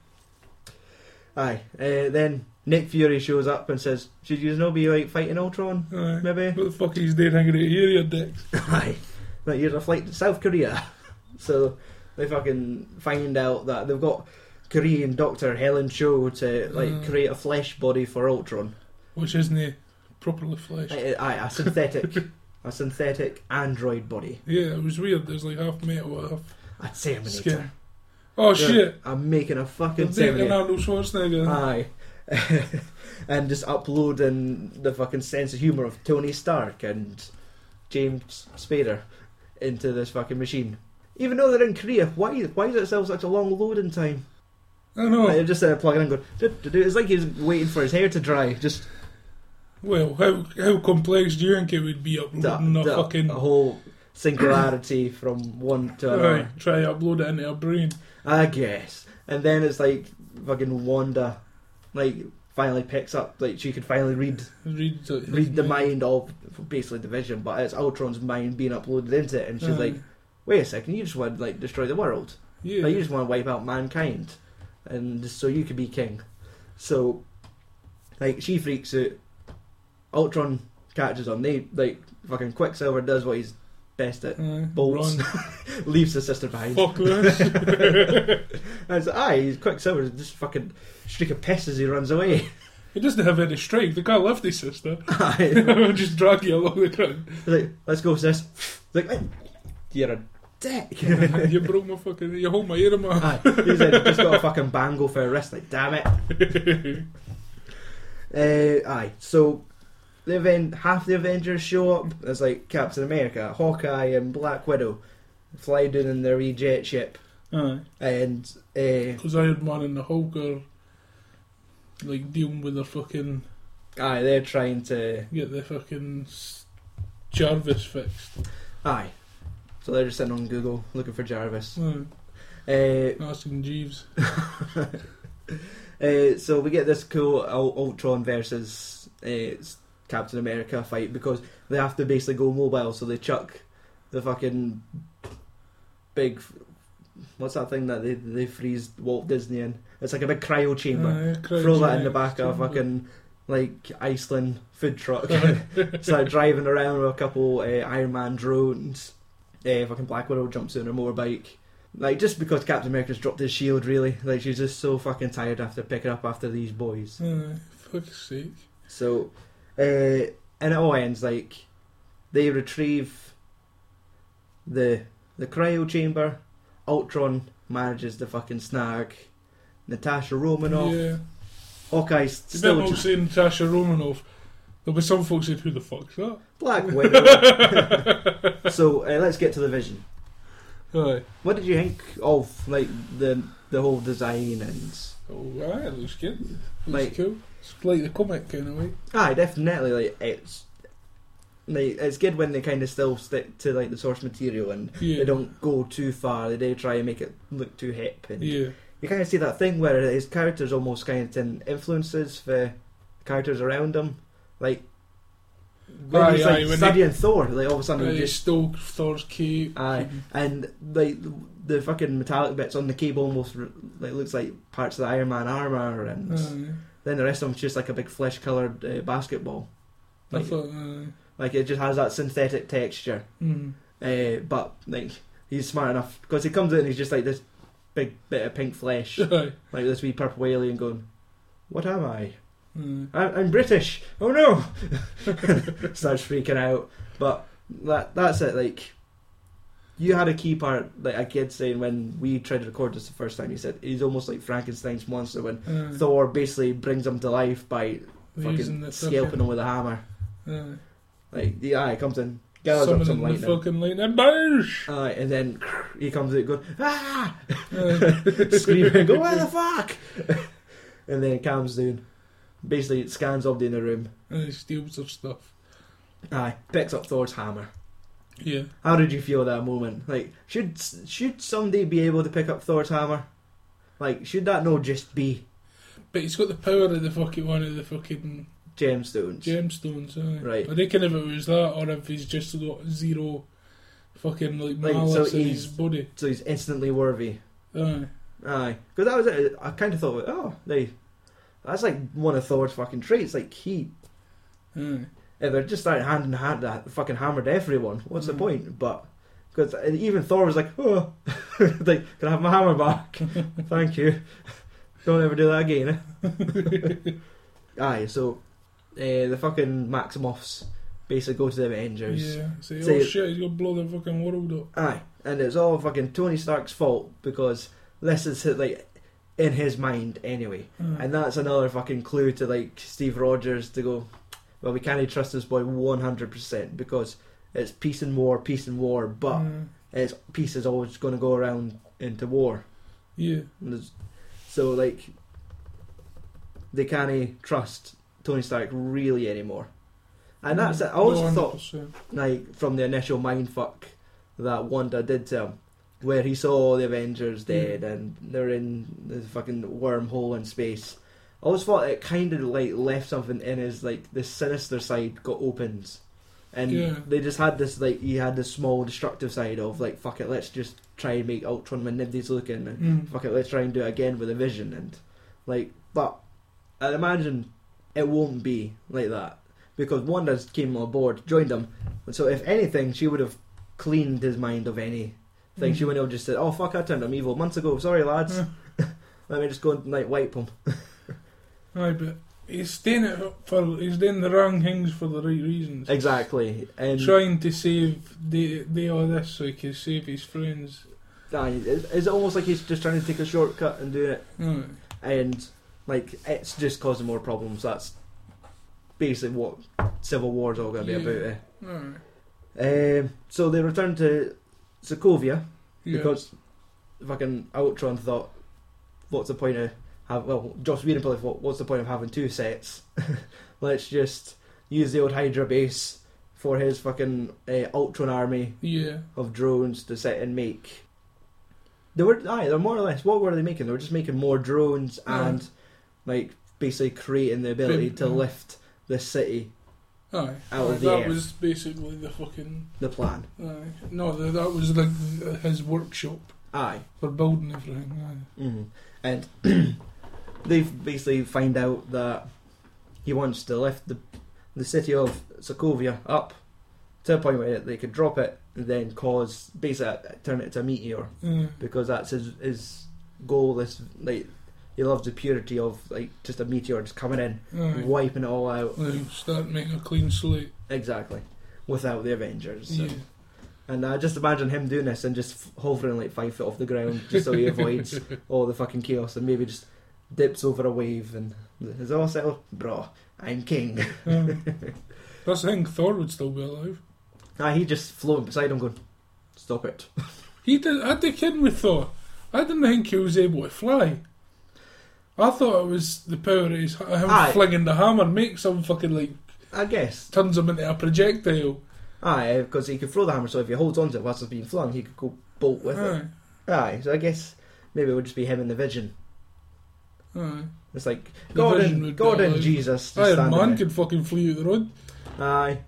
Speaker 4: Aye. Uh, then Nick Fury shows up and says, "Should you not be like fighting Ultron?"
Speaker 5: Aye.
Speaker 4: Maybe.
Speaker 5: What the fuck are you doing hanging out here, your dicks?
Speaker 4: Aye. Like here's a flight to South Korea. So they fucking find out that they've got Korean doctor Helen Cho to like
Speaker 5: Mm.
Speaker 4: create a flesh body for Ultron.
Speaker 5: Which isn't properly fleshed.
Speaker 4: Aye, aye, a synthetic, a synthetic android body.
Speaker 5: Yeah, it was weird. There's like half metal, half
Speaker 4: A Terminator.
Speaker 5: skin. Oh
Speaker 4: Yeah,
Speaker 5: shit!
Speaker 4: I'm making a
Speaker 5: They're
Speaker 4: fucking
Speaker 5: taking
Speaker 4: Terminator.
Speaker 5: Arnold Schwarzenegger.
Speaker 4: Aye. and just uploading the fucking sense of humour of Tony Stark and James Spader into this fucking machine. Even though they're in Korea, why why does it sell such a long loading time?
Speaker 5: I know.
Speaker 4: Like, they're just uh, plugging in going, "Duh, duh, duh." it's like he's waiting for his hair to dry. Just
Speaker 5: Well, how how complex do you think it would be uploading
Speaker 4: duh,
Speaker 5: a
Speaker 4: duh,
Speaker 5: fucking?
Speaker 4: a whole singularity from one to another.
Speaker 5: Aye, try upload it into a brain.
Speaker 4: I guess. And then it's like fucking Wanda, like finally picks up, like she could finally read
Speaker 5: Read the,
Speaker 4: read the mind of basically the Vision, but it's Ultron's mind being uploaded into it, and she's
Speaker 5: Aye.
Speaker 4: like, "Wait a second, you just want to like destroy the world?
Speaker 5: Yeah.
Speaker 4: Like, you just want to wipe out mankind, and so you could be king." So, like, she freaks out. Ultron catches on. They like fucking Quicksilver does what he's best at.
Speaker 5: Aye,
Speaker 4: Bolts
Speaker 5: run.
Speaker 4: leaves his sister behind.
Speaker 5: Fuck this.
Speaker 4: And it's like, aye, he's Quicksilver just fucking streak of piss as he runs away.
Speaker 5: he doesn't have any strength. The guy left his sister.
Speaker 4: Aye.
Speaker 5: Just drag you along the ground.
Speaker 4: He's like, let's go, sis. He's like, "Eh, you're a dick.
Speaker 5: you broke my fucking. You hold my ear in my.
Speaker 4: Aye. He's like, just got a fucking bangle for a wrist. Like, damn it. Uh, aye. So the event, half the Avengers show up. It's like Captain America, Hawkeye, and Black Widow fly down in their wee jet ship,
Speaker 5: Aye.
Speaker 4: and uh,
Speaker 5: Because Iron Man and the Hulk are like dealing with their fucking
Speaker 4: aye, they're trying to
Speaker 5: get their fucking s- Jarvis fixed.
Speaker 4: aye. So they're just sitting on Google looking for Jarvis.
Speaker 5: Aye.
Speaker 4: Uh,
Speaker 5: Asking Jeeves.
Speaker 4: Uh, so we get this cool Ul- Ultron versus uh, Captain America fight because they have to basically go mobile, so they chuck the fucking big. f- What's that thing that they they freeze Walt Disney in? It's like a big cryo chamber.
Speaker 5: Aye, crowd
Speaker 4: Throw that in the
Speaker 5: genetics
Speaker 4: back of a
Speaker 5: chamber.
Speaker 4: fucking like Iceland food truck. Start driving around with a couple uh, Iron Man drones. Uh, fucking Black Widow jumps in her motorbike. Like just because Captain America's dropped his shield, really. Like she's just so fucking tired after picking up after these boys.
Speaker 5: Aye, fuck's sake.
Speaker 4: So, uh, and it all ends like they retrieve the the cryo chamber. Ultron manages the fucking snag. Natasha Romanoff.
Speaker 5: Yeah.
Speaker 4: Hawkeye's
Speaker 5: It's a bit
Speaker 4: still
Speaker 5: like saying Tasha Romanoff. There'll be some folks who who the fuck's that?
Speaker 4: Black Widow. so uh, let's get to the vision.
Speaker 5: Aye.
Speaker 4: What did you think of like the the whole design and?
Speaker 5: Oh, aye, it looks good. Looks
Speaker 4: Like-
Speaker 5: cool. It's like the comic kind of way.
Speaker 4: Aye, definitely. Like it's, like, it's good when they kind of still stick to like the source material and
Speaker 5: Yeah.
Speaker 4: they don't go too far. They do try and make it look too hip, and
Speaker 5: Yeah.
Speaker 4: you kind of see that thing where his characters almost kind of influences for characters around him. Like When
Speaker 5: Aye,
Speaker 4: he's
Speaker 5: aye,
Speaker 4: like
Speaker 5: when
Speaker 4: Steady
Speaker 5: he-
Speaker 4: and Thor, like all of a sudden
Speaker 5: They
Speaker 4: he just
Speaker 5: stole Thor's cape.
Speaker 4: aye, and like the- the fucking metallic bits on the cape almost r- like looks like parts of the Iron Man armor, and
Speaker 5: Aye.
Speaker 4: then the rest of them's just like a big flesh coloured uh, basketball.
Speaker 5: I
Speaker 4: Like,
Speaker 5: thought, aye.
Speaker 4: like it just has that synthetic texture.
Speaker 5: Mm.
Speaker 4: Uh, but like he's smart enough because he comes in and he's just like this big bit of pink flesh, like
Speaker 5: Aye.
Speaker 4: this wee purple alien going, "What am I?
Speaker 5: Aye.
Speaker 4: I I'm British. Oh no!" Starts freaking out. But that that's it. Like you had a key part, like a kid saying when we tried to record this the first time. He said he's almost like Frankenstein's monster when
Speaker 5: Aye.
Speaker 4: Thor basically brings him to life by
Speaker 5: Hmm. Using
Speaker 4: fucking
Speaker 5: the
Speaker 4: scalping
Speaker 5: fucking-
Speaker 4: him with a hammer.
Speaker 5: Aye.
Speaker 4: Like the eye comes in, gathers up some
Speaker 5: Summoning the
Speaker 4: lightning.
Speaker 5: fucking lightning. Boosh!
Speaker 4: Uh, and then he comes out going, ah!
Speaker 5: Aye.
Speaker 4: Screaming, go, where the fuck? and then it calms down. Basically, it scans everybody in the room.
Speaker 5: And he steals her stuff.
Speaker 4: Aye, picks up Thor's hammer.
Speaker 5: Yeah.
Speaker 4: How did you feel at that moment? Like, should should somebody be able to pick up Thor's hammer? Like, should that no just be
Speaker 5: But he's got the power of the fucking one of the fucking
Speaker 4: gemstones?
Speaker 5: gemstones. Aye.
Speaker 4: Right.
Speaker 5: I reckon if it was that, or if he's just got zero fucking like
Speaker 4: Like,
Speaker 5: malice
Speaker 4: so
Speaker 5: in
Speaker 4: he's-
Speaker 5: his body.
Speaker 4: So he's instantly worthy.
Speaker 5: Aye.
Speaker 4: Aye, because that was it. I kind of thought, oh, they, that's like one of Thor's fucking traits. Like he
Speaker 5: Aye.
Speaker 4: if they're just starting hand in hand that fucking hammered everyone, what's the
Speaker 5: Mm.
Speaker 4: point? But because even Thor was like, oh, like can I have my hammer back? Thank you. Don't ever do that again. eh? Aye, so uh, the fucking Maximoffs basically go to the Avengers.
Speaker 5: Yeah. Say,
Speaker 4: say-
Speaker 5: oh shit, he's gonna blow the fucking world up.
Speaker 4: Aye, and it's all fucking Tony Stark's fault because this is like in his mind anyway,
Speaker 5: Aye.
Speaker 4: and that's another fucking clue to like Steve Rogers to go. Well, we can't trust this boy one hundred percent because it's peace and war, peace and war, but
Speaker 5: Aye.
Speaker 4: it's peace is always going to go around into war.
Speaker 5: Yeah.
Speaker 4: And there's- so like they can't trust Tony Stark really anymore, and that's it. I always
Speaker 5: Mm. No,
Speaker 4: thought
Speaker 5: 100%.
Speaker 4: like from the initial mindfuck that Wanda did to him, where he saw the Avengers dead and they're in the fucking wormhole in space. I always thought it kind of like left something in his like the sinister side got opened, and
Speaker 5: Yeah.
Speaker 4: they just had this like he had this small destructive side of like fuck it, let's just try and make Ultron when nobody's looking, and
Speaker 5: Mm.
Speaker 4: fuck it, let's try and do it again with a Vision and like. But I imagine it won't be like that because Wanda's came on board, joined him. So if anything, she would have cleaned his mind of any thing. She
Speaker 5: Mhm.
Speaker 4: wouldn't have just said, "Oh fuck, I turned him evil months ago." Sorry, lads.
Speaker 5: Yeah.
Speaker 4: Let me just go and like wipe him.
Speaker 5: Aye, but he's doing it for he's doing the wrong things for the right reasons.
Speaker 4: Exactly. And
Speaker 5: Trying to save the the all this so he can save his friends.
Speaker 4: Aye, it's it's almost like he's just trying to take a shortcut and do it,
Speaker 5: Aye.
Speaker 4: and like it's just causing more problems. That's basically what Civil War's all going to
Speaker 5: Yeah.
Speaker 4: be about. Eh?
Speaker 5: Aye.
Speaker 4: Um, so they returned to Sokovia
Speaker 5: Yeah.
Speaker 4: because fucking Ultron thought, what's the point of have well, Joss Whedon probably thought, what's the point of having two sets? Let's just use the old Hydra base for his fucking uh, Ultron army
Speaker 5: Yeah.
Speaker 4: of drones to set and make. They were aye, they're more or less what were they making? They were just making more drones
Speaker 5: Yeah.
Speaker 4: and like basically creating the ability
Speaker 5: Big-
Speaker 4: to
Speaker 5: yeah.
Speaker 4: lift this city.
Speaker 5: Aye.
Speaker 4: Out of the
Speaker 5: that
Speaker 4: air.
Speaker 5: was basically the fucking.
Speaker 4: The plan,
Speaker 5: Aye. No, that, that was like his workshop
Speaker 4: aye.
Speaker 5: for building everything. Aye.
Speaker 4: Mm. And they basically find out that he wants to lift the the city of Sokovia up to a point where they could drop it and then cause basically uh, turn it into a meteor
Speaker 5: Aye.
Speaker 4: because that's his his goal. This like he loves the purity of like just a meteor just coming in,
Speaker 5: Aye.
Speaker 4: wiping it all out
Speaker 5: Like, start making a clean slate.
Speaker 4: exactly without the Avengers. so.
Speaker 5: Yeah.
Speaker 4: And I just imagine him doing this and just f- hovering like five foot off the ground just so he avoids all the fucking chaos and maybe just dips over a wave and is it all settled? Bro, I'm king.
Speaker 5: Aye. That's the thing. Thor would still be alive.
Speaker 4: Ah, he just floating beside him going, stop it.
Speaker 5: He did. I had the kid with Thor. I didn't think he was able to fly. I thought it was the power of his, him
Speaker 4: Aye.
Speaker 5: flinging the hammer makes him fucking like
Speaker 4: I guess.
Speaker 5: turns him into a projectile.
Speaker 4: Aye, because he could throw the hammer so if he holds onto it whilst it's being flung, he could go bolt with
Speaker 5: Aye,
Speaker 4: it. Aye, so I guess maybe it would just be him in the vision.
Speaker 5: aye.
Speaker 4: It's like,
Speaker 5: The
Speaker 4: God,
Speaker 5: Vision
Speaker 4: and,
Speaker 5: would
Speaker 4: God
Speaker 5: be
Speaker 4: and
Speaker 5: alive.
Speaker 4: Jesus. just
Speaker 5: Iron
Speaker 4: standing
Speaker 5: Man
Speaker 4: there.
Speaker 5: could fucking flee out the road.
Speaker 4: Aye.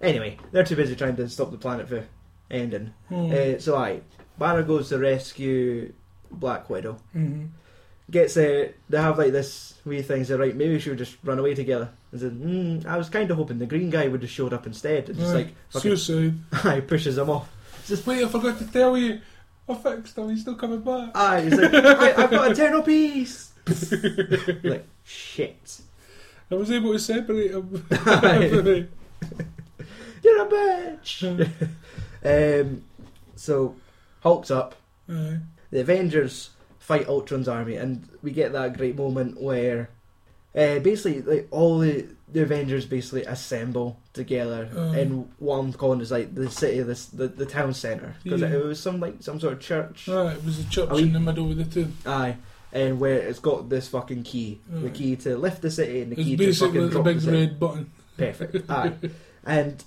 Speaker 4: Anyway, they're too busy trying to stop the planet from ending.
Speaker 5: Oh,
Speaker 4: Uh, so, aye, Banner goes to rescue Black Widow.
Speaker 5: hmm
Speaker 4: Gets there, they have like this wee thing, so right, maybe we should just run away together. And said, mm, I was kind of hoping the green guy would have showed up instead. And just like, fucking,
Speaker 5: Suicide.
Speaker 4: aye, pushes him off.
Speaker 5: Just wait, I forgot to tell you. I fixed him, he's not coming back.
Speaker 4: Aye, he's like, I, I've got a eternal peace! like, shit.
Speaker 5: I was able to separate him.
Speaker 4: Aye. You're a bitch! um, so, Hulk's up.
Speaker 5: Aye.
Speaker 4: the Avengers fight Ultron's army, and we get that great moment where uh, basically like all the, the Avengers basically assemble together
Speaker 5: Um.
Speaker 4: in one corner, is like the city, this the, the town center, because
Speaker 5: Yeah. Uh-huh.
Speaker 4: it was some like some sort of church,
Speaker 5: Aye, it was a church
Speaker 4: Are we-
Speaker 5: in the middle of the town.
Speaker 4: aye, and where it's got this fucking key, the
Speaker 5: Aye.
Speaker 4: key to lift the city and the key
Speaker 5: Uh-huh. It's
Speaker 4: to fucking
Speaker 5: basically the
Speaker 4: drop
Speaker 5: big
Speaker 4: the city.
Speaker 5: red button.
Speaker 4: Perfect, aye, and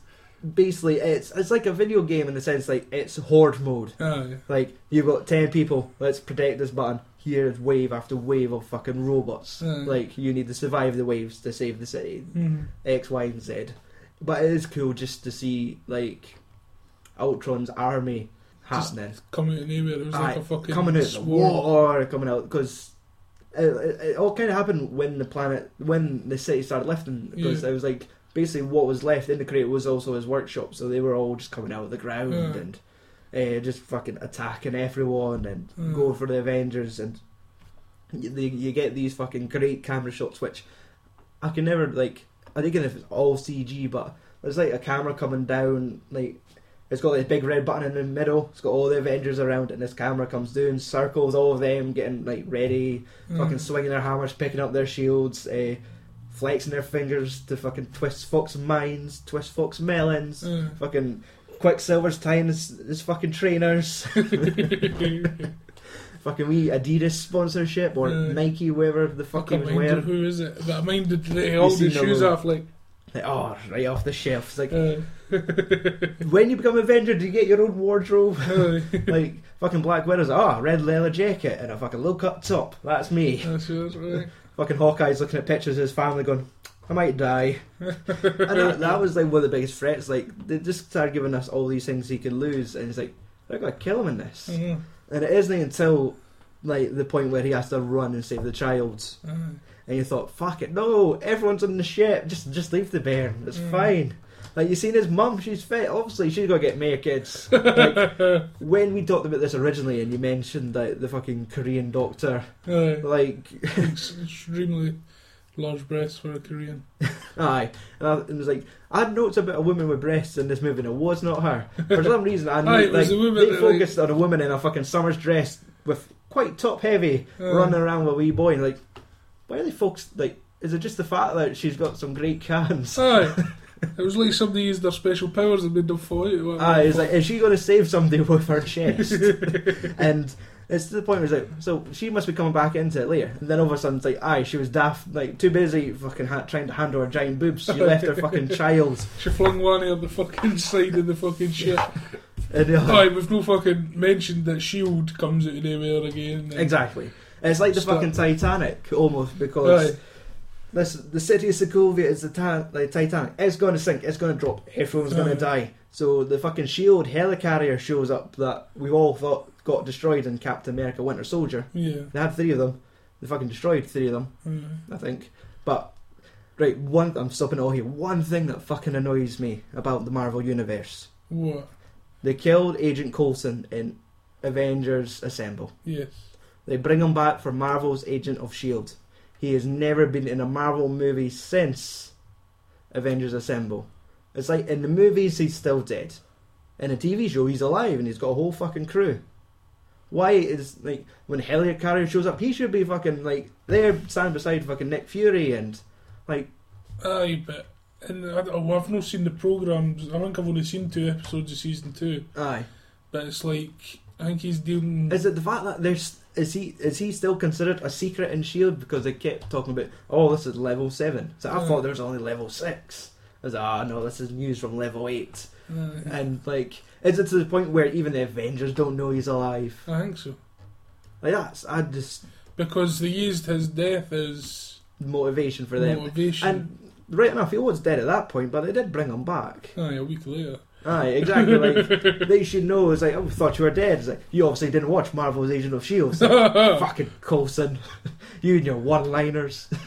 Speaker 4: basically it's it's like a video game in the sense like it's horde mode.
Speaker 5: Aye.
Speaker 4: Like, you've got 10 people, let's protect this button. Here's wave after wave of fucking robots.
Speaker 5: Mm.
Speaker 4: Like, you need to survive the waves to save the city.
Speaker 5: Mm.
Speaker 4: X, Y, and Z. But it is cool just to see, like, Ultron's army
Speaker 5: Just
Speaker 4: happening.
Speaker 5: Coming out of nowhere, it was like
Speaker 4: Aye,
Speaker 5: a fucking
Speaker 4: coming out of the
Speaker 5: swarm.
Speaker 4: water, coming out, because. It, it, it all kind of happened when the planet, when the city started lifting, because
Speaker 5: Yeah.
Speaker 4: it was like basically what was left in the crate was also his workshop, so they were all just coming out of the ground
Speaker 5: Yeah.
Speaker 4: and uh, just fucking attacking everyone and
Speaker 5: Mm.
Speaker 4: going for the Avengers, and you, they, you get these fucking great camera shots, which I can never like. I think if it's all CG, but there's like a camera coming down, like it's got like a big red button in the middle. It's got all the Avengers around, and this camera comes down, circles all of them, getting like ready, fucking swinging their hammers, picking up their shields, uh, flexing their fingers to fucking twist Fox minds, twist Fox melons,
Speaker 5: Aye.
Speaker 4: fucking Quicksilver's tying his, his fucking trainers, fucking wee Adidas sponsorship or
Speaker 5: Yeah.
Speaker 4: Nike, whatever the fuck he was
Speaker 5: Fucking minded,
Speaker 4: wearing.
Speaker 5: who is it? But I minded they all the
Speaker 4: seen the
Speaker 5: shoes
Speaker 4: logo.
Speaker 5: off, like.
Speaker 4: Like, oh, right off the shelf. It's like
Speaker 5: Uh,
Speaker 4: when you become Avenger, do you get your own wardrobe?
Speaker 5: aye.
Speaker 4: like fucking Black Widow's, ah, red leather jacket and a fucking low cut top. That's me.
Speaker 5: That's yours, right?
Speaker 4: Fucking Hawkeye's looking at pictures of his family, going, I might die. and that, that was like one of the biggest threats. Like they just started giving us all these things he could lose, and he's like, I gotta kill him in this.
Speaker 5: Mhm.
Speaker 4: And it isn't until like the point where he has to run and save the child,
Speaker 5: Aye.
Speaker 4: and you thought, fuck it, no, everyone's on the ship, just just leave the bear, it's
Speaker 5: Mm.
Speaker 4: fine. Like you seen his mum, she's fit. Obviously, she's gonna get mere kids. Like, when we talked about this originally, and you mentioned like the fucking Korean doctor,
Speaker 5: Aye.
Speaker 4: like
Speaker 5: Ex- uh, extremely large breasts for a Korean.
Speaker 4: Aye, and I and it was like I had notes about a woman with breasts in this movie, and it was not her. For some reason, I knew,
Speaker 5: Aye, it
Speaker 4: like,
Speaker 5: was the woman
Speaker 4: they
Speaker 5: that, like-
Speaker 4: focused on a woman in a fucking summer's dress with quite top heavy,
Speaker 5: Aye.
Speaker 4: running around with a wee boy. And like, why are they focused? Like, is it just the fact that she's got some great cans?
Speaker 5: Aye. it was like somebody used their special powers and made them fall out.
Speaker 4: Aye, it's Ah, like, is she going to save somebody with her chest? and it's to the point where it's like, so she must be coming back into it later. And then all of a sudden, it's like, aye, she was daft, like too busy fucking ha- trying to handle her giant boobs. She left her fucking child.
Speaker 5: She flung one out the fucking side of the fucking ship.
Speaker 4: And, uh,
Speaker 5: Aye, we've no fucking mentioned that Shield comes out of nowhere again. eh? and-
Speaker 4: Exactly. It's like the
Speaker 5: Stop.
Speaker 4: fucking Titanic almost because
Speaker 5: Aye.
Speaker 4: this, the city of Sokovia is the ta- like Titanic. It's going to sink. It's going to drop. Everyone's going
Speaker 5: Aye.
Speaker 4: to die. So the fucking shield helicarrier shows up that we all thought got destroyed in Captain America: Winter Soldier.
Speaker 5: Yeah.
Speaker 4: They had three of them. They fucking destroyed three of them,
Speaker 5: Aye.
Speaker 4: I think. But right, one I'm stopping it all here. One thing that fucking annoys me about the Marvel universe:
Speaker 5: What?
Speaker 4: they killed Agent Coulson in Avengers Assemble.
Speaker 5: Yes.
Speaker 4: They bring him back for Marvel's Agent of S.H.I.E.L.D. E He has never been in a Marvel movie since Avengers Assemble. It's like in the movies, he's still dead. In a TV show, he's alive and he's got a whole fucking crew. Why is, like, when Helicarrier shows up, he should be fucking, like, there standing beside fucking Nick Fury and, like,
Speaker 5: Aye, but. And I, don't- oh, I've not seen the programmes. I think I've only seen two episodes of season two.
Speaker 4: aye.
Speaker 5: But it's like. I think he's dealing.
Speaker 4: Is it the fact that there's. Is he is he still considered a secret in Shield E because they kept talking about oh this is level seven? So I
Speaker 5: Yeah.
Speaker 4: thought there was only level six. I was ah no this is news from level eight.
Speaker 5: Aye.
Speaker 4: And like, is it to the point where even the Avengers don't know he's alive?
Speaker 5: I think so.
Speaker 4: Like that's I just
Speaker 5: Because they used his death as
Speaker 4: motivation for them.
Speaker 5: motivation.
Speaker 4: And right enough, he was dead at that point, but they did bring him back.
Speaker 5: Aye, a week later.
Speaker 4: Aye, exactly. Like they should know. It's like, oh, we thought you were dead. It's like you obviously didn't watch Marvel's Agent of Shield. It's like, fucking Coulson, you and your one-liners.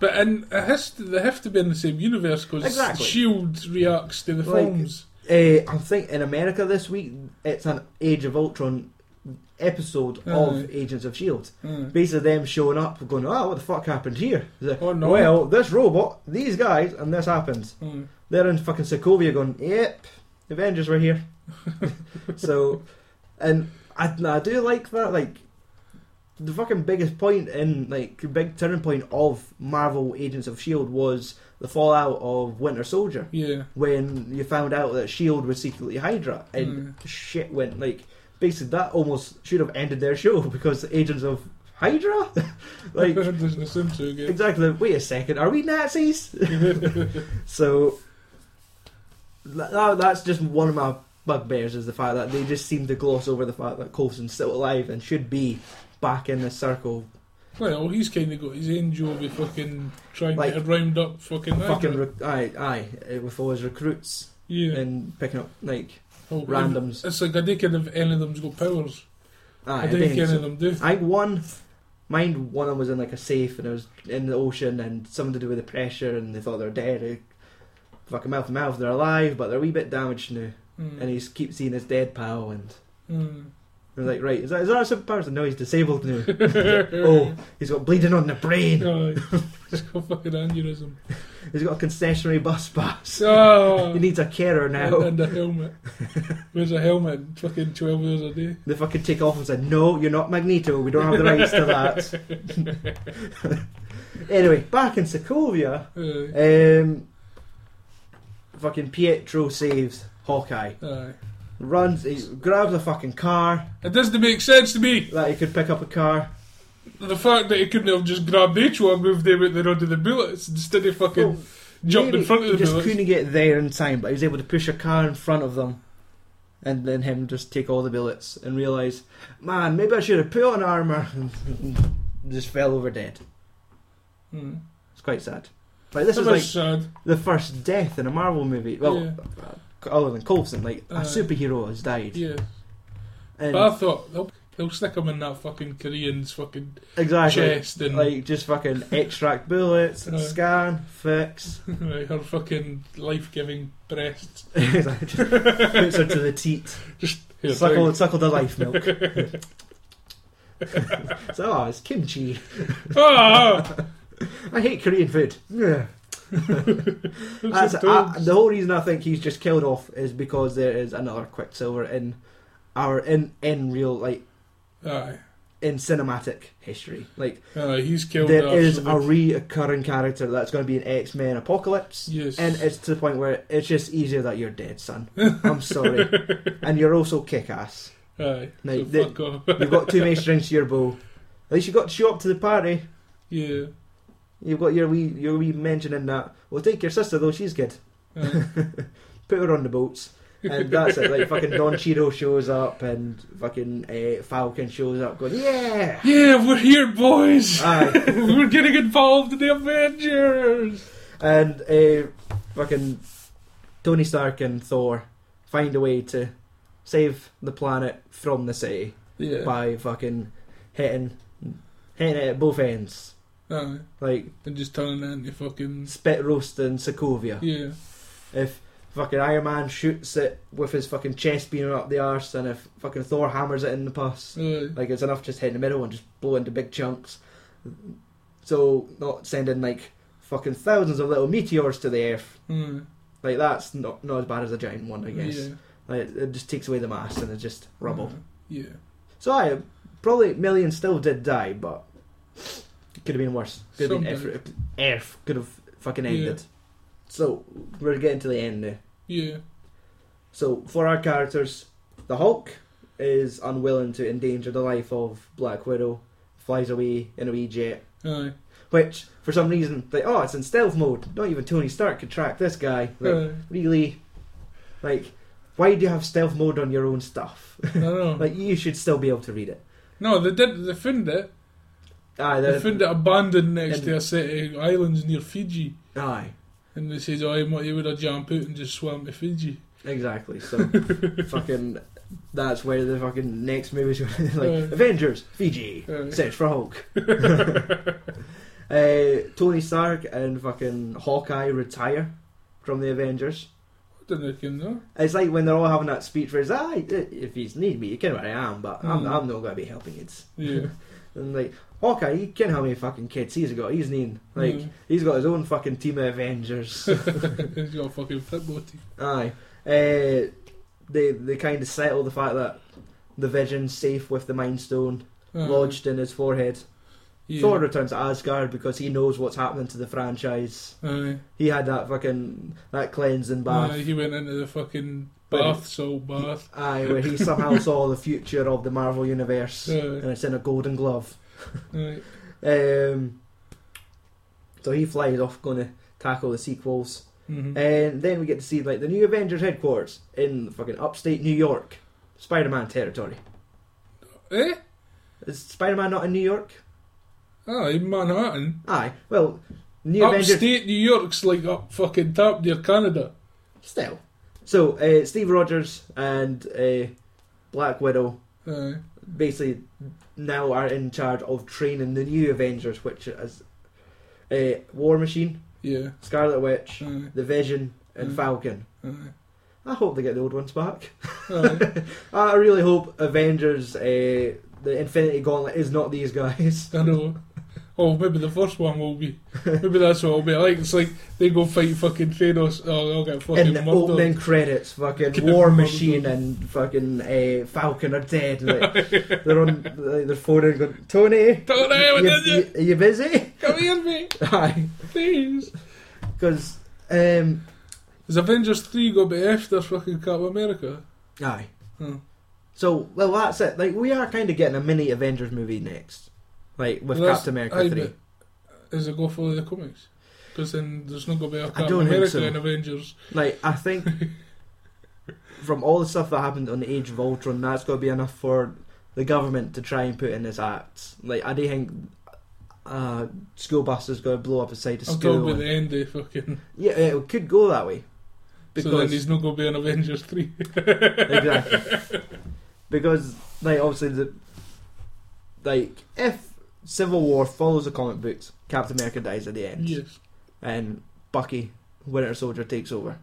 Speaker 5: But and it has to, they have to be in the same universe because
Speaker 4: Exactly.
Speaker 5: Shield E reacts to the
Speaker 4: Like-
Speaker 5: films.
Speaker 4: Uh, I think in America this week it's an Age of Ultron episode
Speaker 5: Aye.
Speaker 4: of Agents of Shield.
Speaker 5: Aye.
Speaker 4: E Basically, them showing up, going, "Oh, what the fuck happened here?" It's like,
Speaker 5: Oh, no.
Speaker 4: Well, this robot, these guys, and this happens.
Speaker 5: Aye.
Speaker 4: They're in fucking Sokovia, going, "Yep, the Avengers were here." so, and I, I do like that. Like the fucking biggest point in like big turning point of Marvel Agents of Shield E was the fallout of Winter Soldier
Speaker 5: Yeah.
Speaker 4: when you found out that Shield E was secretly Hydra, and
Speaker 5: Hmm.
Speaker 4: shit went like basically that almost should have ended their show because agents of Hydra, like
Speaker 5: doesn't seem so good.
Speaker 4: exactly. Wait a second, are we Nazis? so tha- tha- that's just one of my bugbears is the fact that they just seem to gloss over the fact that Coulson's still alive and should be back in the circle,
Speaker 5: Well, he's kind of got his angel with fucking trying
Speaker 4: Like-
Speaker 5: to round up fucking.
Speaker 4: fucking
Speaker 5: Hydra.
Speaker 4: re- aye aye uh, with all his recruits
Speaker 5: yeah.
Speaker 4: and picking up like
Speaker 5: Oh,
Speaker 4: randoms. Ah,
Speaker 5: It's like I don't care if any of them's got powers.
Speaker 4: aye.
Speaker 5: I
Speaker 4: I
Speaker 5: don't
Speaker 4: think
Speaker 5: care any
Speaker 4: so.
Speaker 5: of them do.
Speaker 4: I one mind one of them was in like a safe and it was in the ocean and something to do with the pressure and they thought they were dead. It- Fucking mouth to mouth, they're alive, but they're a wee bit damaged now.
Speaker 5: Mm.
Speaker 4: And he just keeps seeing his dead pal, and
Speaker 5: Mm.
Speaker 4: they're like, right, is that is that a superpower? No, he's disabled now. oh, he's got bleeding on the brain.
Speaker 5: Aye. He's got fucking aneurysm.
Speaker 4: He's got a concessionary bus pass.
Speaker 5: Ah.
Speaker 4: He needs a carer now.
Speaker 5: And a helmet. Where's a helmet? Fucking 12 hours a day.
Speaker 4: They fucking take off and say, no, you're not Magneto. We don't have the rights to that. anyway, back in Sokovia.
Speaker 5: Aye.
Speaker 4: Um, fucking Pietro saves Hawkeye.
Speaker 5: Aye.
Speaker 4: Runs, he grabs a fucking car
Speaker 5: It doesn't make sense to me.
Speaker 4: that he could pick up a car.
Speaker 5: The fact that he couldn't have just grabbed each one, moved them out the road to the bullets instead of fucking
Speaker 4: Well,
Speaker 5: jumped
Speaker 4: Oh, Maybe
Speaker 5: in front
Speaker 4: he
Speaker 5: of the
Speaker 4: just
Speaker 5: bullets.
Speaker 4: couldn't get there in time, but he was able to push a car in front of them, and then him just take all the bullets and realize, man, maybe I should have put on armor. and just fell over dead.
Speaker 5: Mm.
Speaker 4: It's quite sad. Like this
Speaker 5: That
Speaker 4: is
Speaker 5: was
Speaker 4: like
Speaker 5: sad.
Speaker 4: the first death in a Marvel movie. Well, other than Coulson, like
Speaker 5: Aye.
Speaker 4: a superhero has died.
Speaker 5: Uh, Yeah.
Speaker 4: And
Speaker 5: But I thought they'll, they'll stick him in that fucking Korean's fucking
Speaker 4: exactly.
Speaker 5: chest and
Speaker 4: Like just fucking extract bullets,
Speaker 5: Yeah.
Speaker 4: scan, fix.
Speaker 5: Right, her fucking life-giving breasts.
Speaker 4: Just puts her to the teat.
Speaker 5: Just here,
Speaker 4: suckle,
Speaker 5: take.
Speaker 4: suckle the life milk. so oh, it's kimchi.
Speaker 5: Ah,
Speaker 4: I hate Korean food. Yeah. That's,
Speaker 5: That's
Speaker 4: I, the whole reason I think he's just killed off is because there is another Quicksilver in our in in real like
Speaker 5: aye,
Speaker 4: in cinematic history. Like
Speaker 5: aye, he's killed.
Speaker 4: there
Speaker 5: her,
Speaker 4: is
Speaker 5: so
Speaker 4: a
Speaker 5: they-
Speaker 4: reoccurring character that's going to be an X Men Apocalypse.
Speaker 5: yes,
Speaker 4: And it's to the point where it's just easier that you're dead, son. I'm sorry. and you're also kick ass.
Speaker 5: aye,
Speaker 4: Like,
Speaker 5: so
Speaker 4: the-
Speaker 5: fuck off.
Speaker 4: You've got too many strings to your bow. At least you got to show up to the party.
Speaker 5: yeah,
Speaker 4: You've got your wee your wee mention in that. Well take your sister though, she's good.
Speaker 5: aye.
Speaker 4: Put her on the boats. And that's it. Like fucking Don Cheeto shows up and fucking uh, Falcon shows up going, Yeah
Speaker 5: yeah, we're here, boys.
Speaker 4: Aye.
Speaker 5: we're getting involved in the Avengers.
Speaker 4: And uh, fucking Tony Stark and Thor find a way to save the planet from the city.
Speaker 5: Yeah,
Speaker 4: by fucking hitting hitting it at both ends.
Speaker 5: aye,
Speaker 4: Like
Speaker 5: and just turning into fucking
Speaker 4: spit roasting Sokovia.
Speaker 5: yeah,
Speaker 4: If fucking Iron Man shoots it with his fucking chest being up the arse and if fucking Thor hammers it in the pus.
Speaker 5: aye.
Speaker 4: Like it's enough just hit in the middle and just blow into big chunks. So not sending like fucking thousands of little meteors to the earth.
Speaker 5: aye.
Speaker 4: Like that's not not as bad as a giant one, I guess.
Speaker 5: yeah, Mm.
Speaker 4: Like it, it just takes away the mass and it's just rubble.
Speaker 5: Yeah,
Speaker 4: So I probably millions still did die, but it could have been worse. Could have been
Speaker 5: Some
Speaker 4: Earth, Earth could have fucking ended. So we're getting to the end now.
Speaker 5: yeah,
Speaker 4: So for our characters, the Hulk is unwilling to endanger the life of Black Widow, flies away in a wee jet.
Speaker 5: aye,
Speaker 4: Which, for some reason, like oh, it's in stealth mode. Not even Tony Stark could track this guy. Like,
Speaker 5: aye.
Speaker 4: Really, like, why do you have stealth mode on your own stuff?
Speaker 5: I know.
Speaker 4: like, you should still be able to read it.
Speaker 5: no, they did. They found it.
Speaker 4: Aye,
Speaker 5: They
Speaker 4: the-
Speaker 5: found it abandoned next
Speaker 4: and-
Speaker 5: to a set of islands near Fiji.
Speaker 4: aye.
Speaker 5: and they says, "Oh, what you would have jump out and just swam to Fiji."
Speaker 4: Exactly. So fucking that's where the fucking next movie's going like
Speaker 5: Aye.
Speaker 4: Avengers, Fiji,
Speaker 5: Aye.
Speaker 4: search for Hulk. uh, Tony Stark and fucking Hawkeye retire from the Avengers.
Speaker 5: Didn't they can know?
Speaker 4: It's like when they're all having that speech where it's ah, if you need me, you can where I am, but I'm,
Speaker 5: Mm.
Speaker 4: I'm not going to be helping kids.
Speaker 5: Yeah.
Speaker 4: And like Hawkeye, he can how many fucking kids he's got. He's neen like
Speaker 5: Mm.
Speaker 4: he's got his own fucking team of Avengers.
Speaker 5: He's got a fucking football team.
Speaker 4: Aye. Uh, they they kind of settle the fact that the Vision's safe with the Mind Stone
Speaker 5: Uh,
Speaker 4: lodged in his forehead.
Speaker 5: yeah.
Speaker 4: Thor returns to Asgard because he knows what's happening to the franchise.
Speaker 5: Aye.
Speaker 4: He had that fucking that cleansing bath.
Speaker 5: Aye, he went into the fucking
Speaker 4: But-
Speaker 5: bath, salt bath.
Speaker 4: Aye, where he somehow saw the future of the Marvel universe,
Speaker 5: Aye.
Speaker 4: and it's in a golden glove.
Speaker 5: Aye.
Speaker 4: Um, so he flies off, going to tackle the sequels,
Speaker 5: Mhm.
Speaker 4: and then we get to see like the new Avengers headquarters in fucking upstate New York, Spider-Man territory.
Speaker 5: Eh?
Speaker 4: Is Spider Man not in New York?
Speaker 5: Aye, Manhattan.
Speaker 4: Aye. Well, New
Speaker 5: Oh,
Speaker 4: Avengers.
Speaker 5: Upstate New York's like up fucking top near Canada.
Speaker 4: Still. So, uh, Steve Rogers and uh, Black Widow
Speaker 5: Aye.
Speaker 4: basically now are in charge of training the new Avengers, which is uh, War Machine,
Speaker 5: Yeah.
Speaker 4: Scarlet Witch,
Speaker 5: Aye.
Speaker 4: The Vision, and
Speaker 5: Mm.
Speaker 4: Falcon.
Speaker 5: Aye.
Speaker 4: I hope they get the old ones back.
Speaker 5: Aye.
Speaker 4: I really hope Avengers, uh, the Infinity Gauntlet, is not these guys.
Speaker 5: I know. Oh, maybe the first one will be. Maybe that's what it'll be like. It's like they go fight fucking Thanos. Oh, I'll get fucking
Speaker 4: in the
Speaker 5: murdered.
Speaker 4: opening credits, fucking
Speaker 5: Get
Speaker 4: War
Speaker 5: murdered.
Speaker 4: Machine and fucking uh, Falcon are dead. Like, they're on, like, they're phoning, going, Tony,
Speaker 5: Don't know what
Speaker 4: you,
Speaker 5: did you?
Speaker 4: you- are you busy?
Speaker 5: Come here, mate.
Speaker 4: Aye,
Speaker 5: Please.
Speaker 4: because um,
Speaker 5: Is Avengers 3 going to be after fucking Cap America?
Speaker 4: aye.
Speaker 5: Hmm.
Speaker 4: So well, that's it. Like we are kind of getting a mini Avengers movie next, like with
Speaker 5: Well, that's-
Speaker 4: Captain America
Speaker 5: aye,
Speaker 4: three.
Speaker 5: but Is it go follow the comics? Because then there's not going to be a Cap
Speaker 4: don't think
Speaker 5: America
Speaker 4: so.
Speaker 5: in Avengers.
Speaker 4: Like I think from all the stuff that happened on the Age of Ultron, that's going to be enough for the government to try and put in this act. Like I do think uh, school bus is going to blow up a side of
Speaker 5: I'm
Speaker 4: school.
Speaker 5: talking about
Speaker 4: and-
Speaker 5: the end of fucking.
Speaker 4: Yeah, it could go that way.
Speaker 5: So then
Speaker 4: Because
Speaker 5: he's not going to be in Avengers 3.
Speaker 4: exactly. Because like obviously the like if Civil War follows the comic books, Captain America dies at the end,
Speaker 5: yes.
Speaker 4: and Bucky Winter Soldier takes over,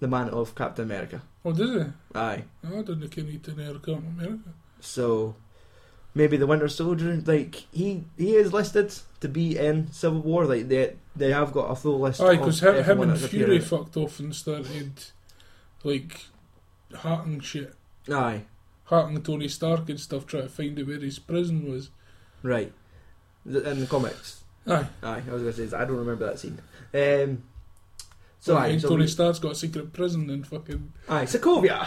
Speaker 4: the mantle of Captain America.
Speaker 5: Oh, does he?
Speaker 4: Aye,
Speaker 5: Oh, I don't think he need to never Cap America.
Speaker 4: so maybe the Winter Soldier like he he is listed to be in Civil War. Like they they have got a full list.
Speaker 5: Aye,
Speaker 4: of
Speaker 5: because him, him
Speaker 4: everyone
Speaker 5: and
Speaker 4: that's
Speaker 5: Fury
Speaker 4: appearing.
Speaker 5: fucked off and started like hacking shit,
Speaker 4: Aye,
Speaker 5: hacking Tony Stark and stuff, trying to find out where his prison was.
Speaker 4: right, Th- in the comics.
Speaker 5: Aye,
Speaker 4: Aye, I was going to say, I don't remember that scene. Um, so,
Speaker 5: so
Speaker 4: aye, so,
Speaker 5: Tony
Speaker 4: we-
Speaker 5: Stark's got a secret prison and fucking.
Speaker 4: aye, Sokovia!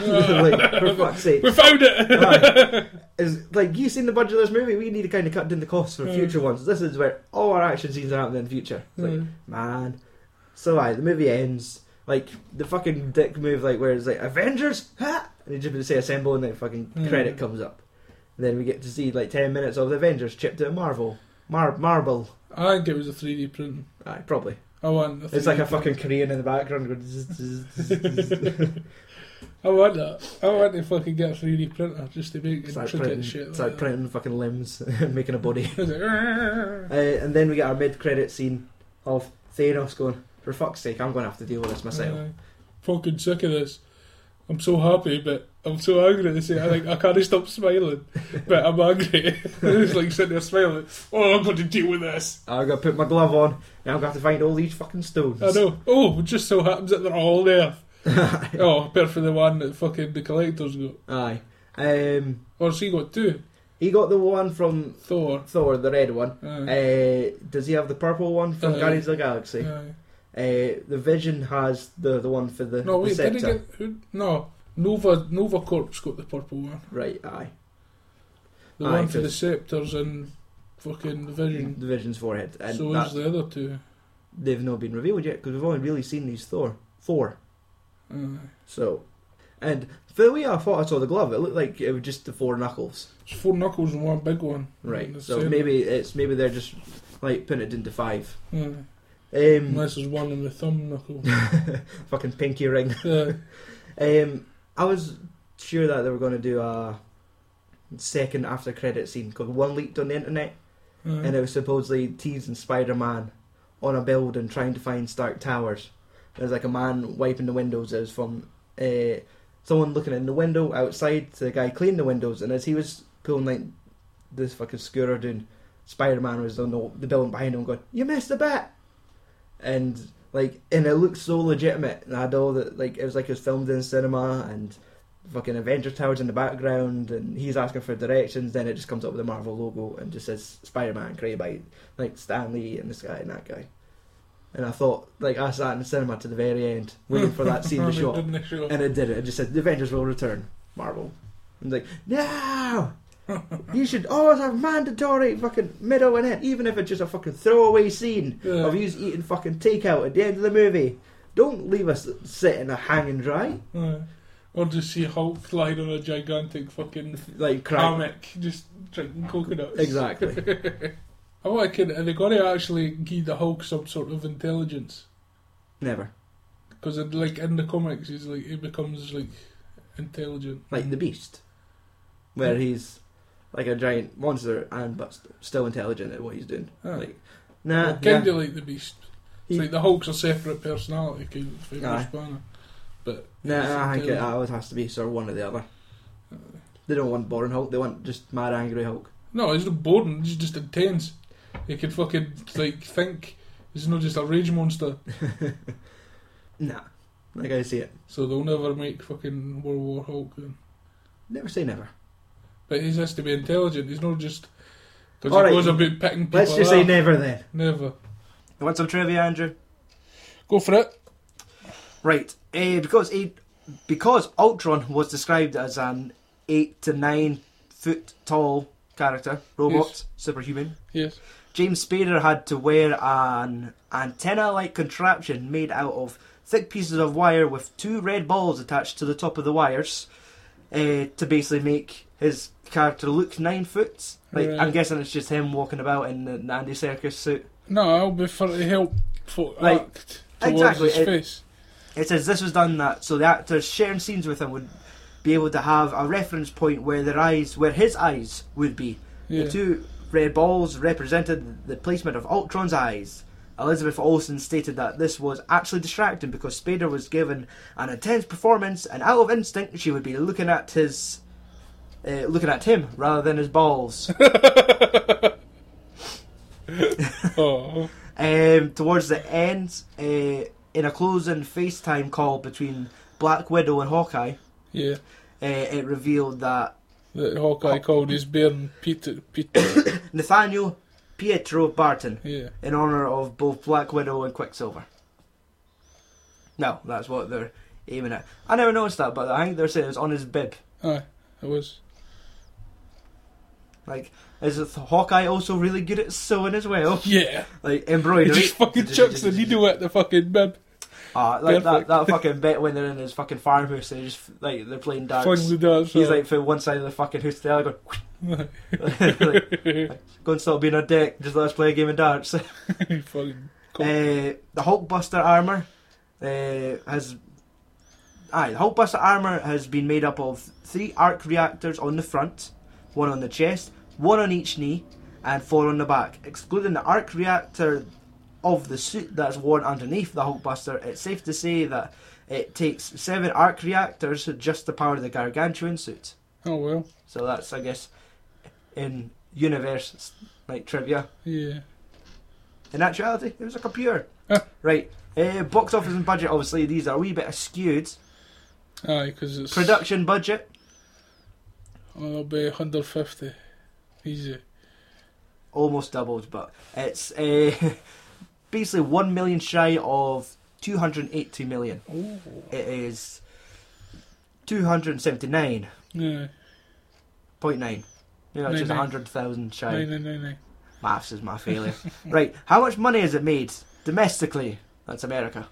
Speaker 4: like, for fuck's sake.
Speaker 5: We found it.
Speaker 4: Aye. Is, like, you've seen the budget of this movie, we need to kind of cut down the costs
Speaker 5: Mm.
Speaker 4: for future ones. This is where all our action scenes are happening in the future. It's like,
Speaker 5: Aye.
Speaker 4: man. So, aye, the movie ends. Like, the fucking dick move, like, where it's like, Avengers? Ha! And they just say assemble, and then fucking
Speaker 5: Mm.
Speaker 4: credit comes up. then we get to see, like, 10 minutes of the Avengers chipped out of Marvel. Mar- Marble.
Speaker 5: I think it was a 3D print.
Speaker 4: Aye, probably.
Speaker 5: I want. A 3D
Speaker 4: It's like a
Speaker 5: print.
Speaker 4: fucking Korean in the background. Going zzz, zzz, zzz, zzz.
Speaker 5: I want that. I want to fucking get a 3D printer just to make
Speaker 4: it's like
Speaker 5: intricate
Speaker 4: printing,
Speaker 5: shit.
Speaker 4: it's
Speaker 5: like
Speaker 4: like printing fucking limbs and making a body.
Speaker 5: that. It's
Speaker 4: Uh,
Speaker 5: like,
Speaker 4: and then we get our mid-credit scene of Thanos going, "For fuck's sake, I'm going to have to deal with this myself."
Speaker 5: Aye. Fucking sick of this. I'm so happy, but I'm so angry at the same. I like I can't stop smiling, but I'm angry. it's like sitting there smiling. Oh, I'm going to deal with this.
Speaker 4: I'm going to put my glove on, and I'm going to have to find all these fucking stones.
Speaker 5: I know. Oh, it just so happens that they're all there. oh, apart from the one that fucking the collectors got.
Speaker 4: Aye. Um,
Speaker 5: Or she got two.
Speaker 4: he got the one from
Speaker 5: Thor.
Speaker 4: Thor, the red one.
Speaker 5: Aye.
Speaker 4: Uh, does he have the purple one from
Speaker 5: Uh,
Speaker 4: Guardians of the Galaxy?
Speaker 5: Aye.
Speaker 4: Uh, the Vision has the the one for the,
Speaker 5: No,
Speaker 4: the
Speaker 5: wait, did he
Speaker 4: scepter.
Speaker 5: get? Who, no, Nova Nova Corp's got the purple one.
Speaker 4: Right, aye.
Speaker 5: The
Speaker 4: Aye,
Speaker 5: one for the
Speaker 4: cause-
Speaker 5: scepters and fucking Vision.
Speaker 4: The Vision's forehead, and
Speaker 5: Hmm. So
Speaker 4: that's
Speaker 5: is the other two.
Speaker 4: they've not been revealed yet because we've only really seen these Thor four.
Speaker 5: Aye.
Speaker 4: So, and for the way I thought I saw the glove, it looked like it was just the four knuckles,
Speaker 5: It's four knuckles and one big one.
Speaker 4: right?
Speaker 5: And
Speaker 4: So
Speaker 5: Mm, same.
Speaker 4: maybe it's maybe they're just like putting it into five.
Speaker 5: Aye.
Speaker 4: Um,
Speaker 5: Unless there's one on the thumb knuckle.
Speaker 4: fucking pinky ring.
Speaker 5: Uh,
Speaker 4: Um, I was sure that they were going to do a second after credit scene because one leaked on the internet
Speaker 5: Mm-hmm.
Speaker 4: and it was supposedly teasing Spider Man on a building trying to find Stark Towers. There's like a man wiping the windows. It was from uh, someone looking in the window outside to the guy cleaning the windows, and as he was pulling like this fucking scooter down, Spider Man was on the, the building behind him going, You missed a bit! And like, and it looked so legitimate. And I had all that, like, it was like it was filmed in cinema and fucking Avenger Towers in the background, and he's asking for directions. Then it just comes up with the Marvel logo and just says Spider Man, created by like Stan Lee and this guy and that guy. And I thought, like, I sat in the cinema to the very end, waiting for that scene to show up.
Speaker 5: Didn't they show up?
Speaker 4: And it did it. It just said, "The Avengers will return." Marvel. I'm like, no. you should always have mandatory fucking middle and end, even if it's just a fucking throwaway scene
Speaker 5: Yeah.
Speaker 4: of you eating fucking takeout at the end of the movie. Don't leave us sitting and hanging dry,
Speaker 5: Aye. Or just see Hulk flying on a gigantic fucking
Speaker 4: like crying.
Speaker 5: hammock, just drinking coconuts. Oh,
Speaker 4: Exactly.
Speaker 5: I want to are they going to actually give the Hulk some sort of intelligence?
Speaker 4: Never.
Speaker 5: Because like in the comics, he's like he becomes like intelligent.
Speaker 4: Like the Beast, where he's like a giant monster and but st- still intelligent at what he's doing.
Speaker 5: Aye.
Speaker 4: Like, nah,
Speaker 5: kind
Speaker 4: nah.
Speaker 5: of like the Beast.
Speaker 4: He-
Speaker 5: It's like the Hulk's a separate personality kind of thing,
Speaker 4: Aye.
Speaker 5: Banner. But
Speaker 4: Nah, I think it always has to be sort of one or the other. They don't want boring Hulk. They want just mad angry Hulk.
Speaker 5: no, it's not boring. It's just intense. He can fucking like think. He's not just a rage monster.
Speaker 4: Nah, like I see it.
Speaker 5: So they'll never make fucking World War Hulk. Then.
Speaker 4: Never say never.
Speaker 5: But he has to be intelligent. He's not just because
Speaker 4: All
Speaker 5: he
Speaker 4: right.
Speaker 5: goes about picking people.
Speaker 4: Let's just
Speaker 5: up.
Speaker 4: say never then.
Speaker 5: Never.
Speaker 4: You want some trivia, Andrew?
Speaker 5: Go for it.
Speaker 4: Right, eh, because he, because Ultron was described as an eight to nine foot tall character, robot,
Speaker 5: Yes.
Speaker 4: superhuman.
Speaker 5: Yes.
Speaker 4: James Spader had to wear an antenna-like contraption made out of thick pieces of wire with two red balls attached to the top of the wires uh, to basically make his character look nine foot. Like I'm
Speaker 5: Right.
Speaker 4: guessing it's just him walking about in the Andy Circus suit.
Speaker 5: No, I'll be for to help for
Speaker 4: Like,
Speaker 5: act towards
Speaker 4: exactly,
Speaker 5: his
Speaker 4: it-
Speaker 5: face.
Speaker 4: It says this was done that so the actors sharing scenes with him would be able to have a reference point where their eyes, where his eyes would be.
Speaker 5: Yeah.
Speaker 4: The two red balls represented the placement of Ultron's eyes. Elizabeth Olsen stated that this was actually distracting because Spader was given an intense performance, and out of instinct, she would be looking at his, uh, looking at him rather than his balls.
Speaker 5: Oh,
Speaker 4: Um, towards the end, uh, in a closing FaceTime call between Black Widow and Hawkeye,
Speaker 5: yeah.
Speaker 4: uh, it revealed that
Speaker 5: That Hawkeye called his Bairn Peter. Peter.
Speaker 4: Nathaniel Pietro Barton
Speaker 5: yeah.
Speaker 4: in honor of both Black Widow and Quicksilver. No, that's what they're aiming at. I never noticed that, but I think they're saying it was on his bib.
Speaker 5: Aye, it was.
Speaker 4: Like, is it Hawkeye also really good at sewing as well?
Speaker 5: Yeah.
Speaker 4: Like
Speaker 5: He
Speaker 4: embroidery.
Speaker 5: just fucking chucks the needle at the fucking bib.
Speaker 4: Ah, like that,
Speaker 5: Perfect.
Speaker 4: that fucking bit when they're in his fucking farmhouse. They just like they're playing darts.
Speaker 5: Finally does.
Speaker 4: He's
Speaker 5: uh,
Speaker 4: like from one side of the fucking house to the other, going, like, go and stop being a dick. Just let us play a game of darts.
Speaker 5: fucking cool.
Speaker 4: Uh, the Hulkbuster armor uh, has. Aye, the Hulkbuster armor has been made up of three arc reactors on the front, one on the chest, one on each knee, and four on the back. Excluding the arc reactor of the suit that's worn underneath the Hulkbuster, it's safe to say that it takes seven arc reactors just to power the gargantuan suit.
Speaker 5: oh well.
Speaker 4: So that's, I guess, in universe like trivia.
Speaker 5: Yeah.
Speaker 4: In actuality, it was a computer. right. Uh, box office and budget, obviously, these are a wee bit skewed.
Speaker 5: Aye, because it's
Speaker 4: Production budget,
Speaker 5: Oh, it'll be 150. Easy.
Speaker 4: almost doubled, but it's uh, basically 1 million shy of 280 million.
Speaker 5: Oh.
Speaker 4: It is 279.9.
Speaker 5: Yeah.
Speaker 4: You know, it's just
Speaker 5: Nine, nine.
Speaker 4: 100,000 shy.
Speaker 5: Nine, nine, nine, nine.
Speaker 4: Maths is my failure. right. How much money has it made domestically? That's America.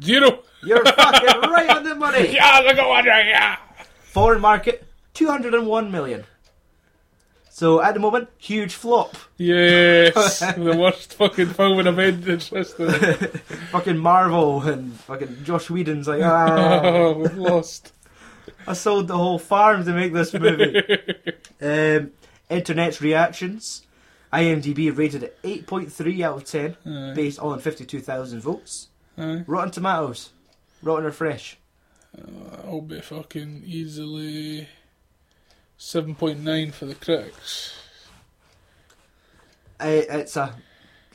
Speaker 5: Zero.
Speaker 4: You're fucking right on the money!
Speaker 5: Yeah, look at one right. Yeah.
Speaker 4: Foreign market, 201 million. So at the moment, huge flop.
Speaker 5: Yes, the worst fucking film in Avengers history.
Speaker 4: Fucking Marvel and fucking Josh Whedon's like, ah,
Speaker 5: Oh, we've lost.
Speaker 4: I sold the whole farm to make this movie. um, internet's reactions. IMDb rated it 8.3 out of 10,
Speaker 5: Aye.
Speaker 4: based on 52,000 votes.
Speaker 5: Aye.
Speaker 4: Rotten Tomatoes, rotten or fresh.
Speaker 5: I'll be fucking easily 7.9 for the critics.
Speaker 4: I, it's a,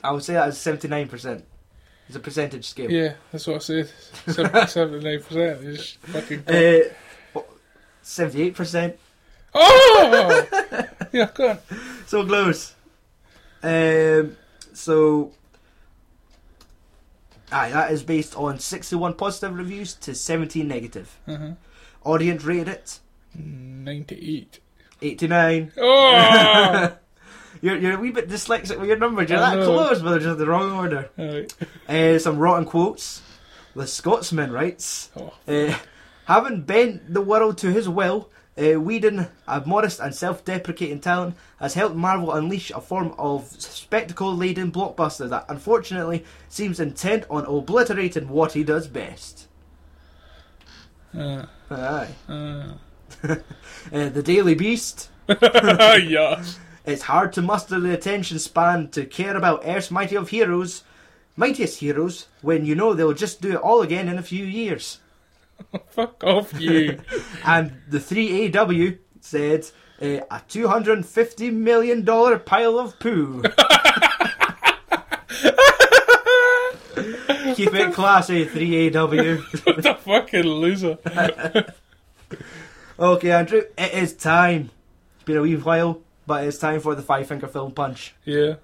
Speaker 4: I would say that is 79%. It's a percentage scale.
Speaker 5: Yeah, that's what I said. 79%. You just fucking.
Speaker 4: Uh, what- 78%.
Speaker 5: Oh! yeah, go on.
Speaker 4: So close. Um, so. Aye, that is based on 61 positive reviews to 17 negative.
Speaker 5: Uh-huh.
Speaker 4: Audience rated it
Speaker 5: 98.
Speaker 4: 89.
Speaker 5: Oh!
Speaker 4: You're, you're a wee bit dyslexic with your numbers. You're
Speaker 5: I
Speaker 4: that
Speaker 5: know.
Speaker 4: close, but they're just the wrong order.
Speaker 5: Alright.
Speaker 4: Uh, some rotten quotes. The Scotsman writes,
Speaker 5: Oh.
Speaker 4: uh, having bent the world to his will, uh, Whedon, a modest and self-deprecating talent, has helped Marvel unleash a form of spectacle-laden blockbuster that, unfortunately, seems intent on obliterating what he does best.
Speaker 5: Uh,
Speaker 4: Aye.
Speaker 5: uh.
Speaker 4: Uh, the Daily Beast.
Speaker 5: yeah.
Speaker 4: It's hard to muster the attention span to care about Earth's mighty of heroes, mightiest heroes, when you know they'll just do it all again in a few years.
Speaker 5: Fuck off, you.
Speaker 4: And the 3AW said, eh, a $250 million pile of poo. Keep it classy, 3AW.
Speaker 5: what a fucking loser.
Speaker 4: okay, Andrew, it is time. It's been a wee while, but it's time for the Five Finger Film Punch.
Speaker 5: Yeah.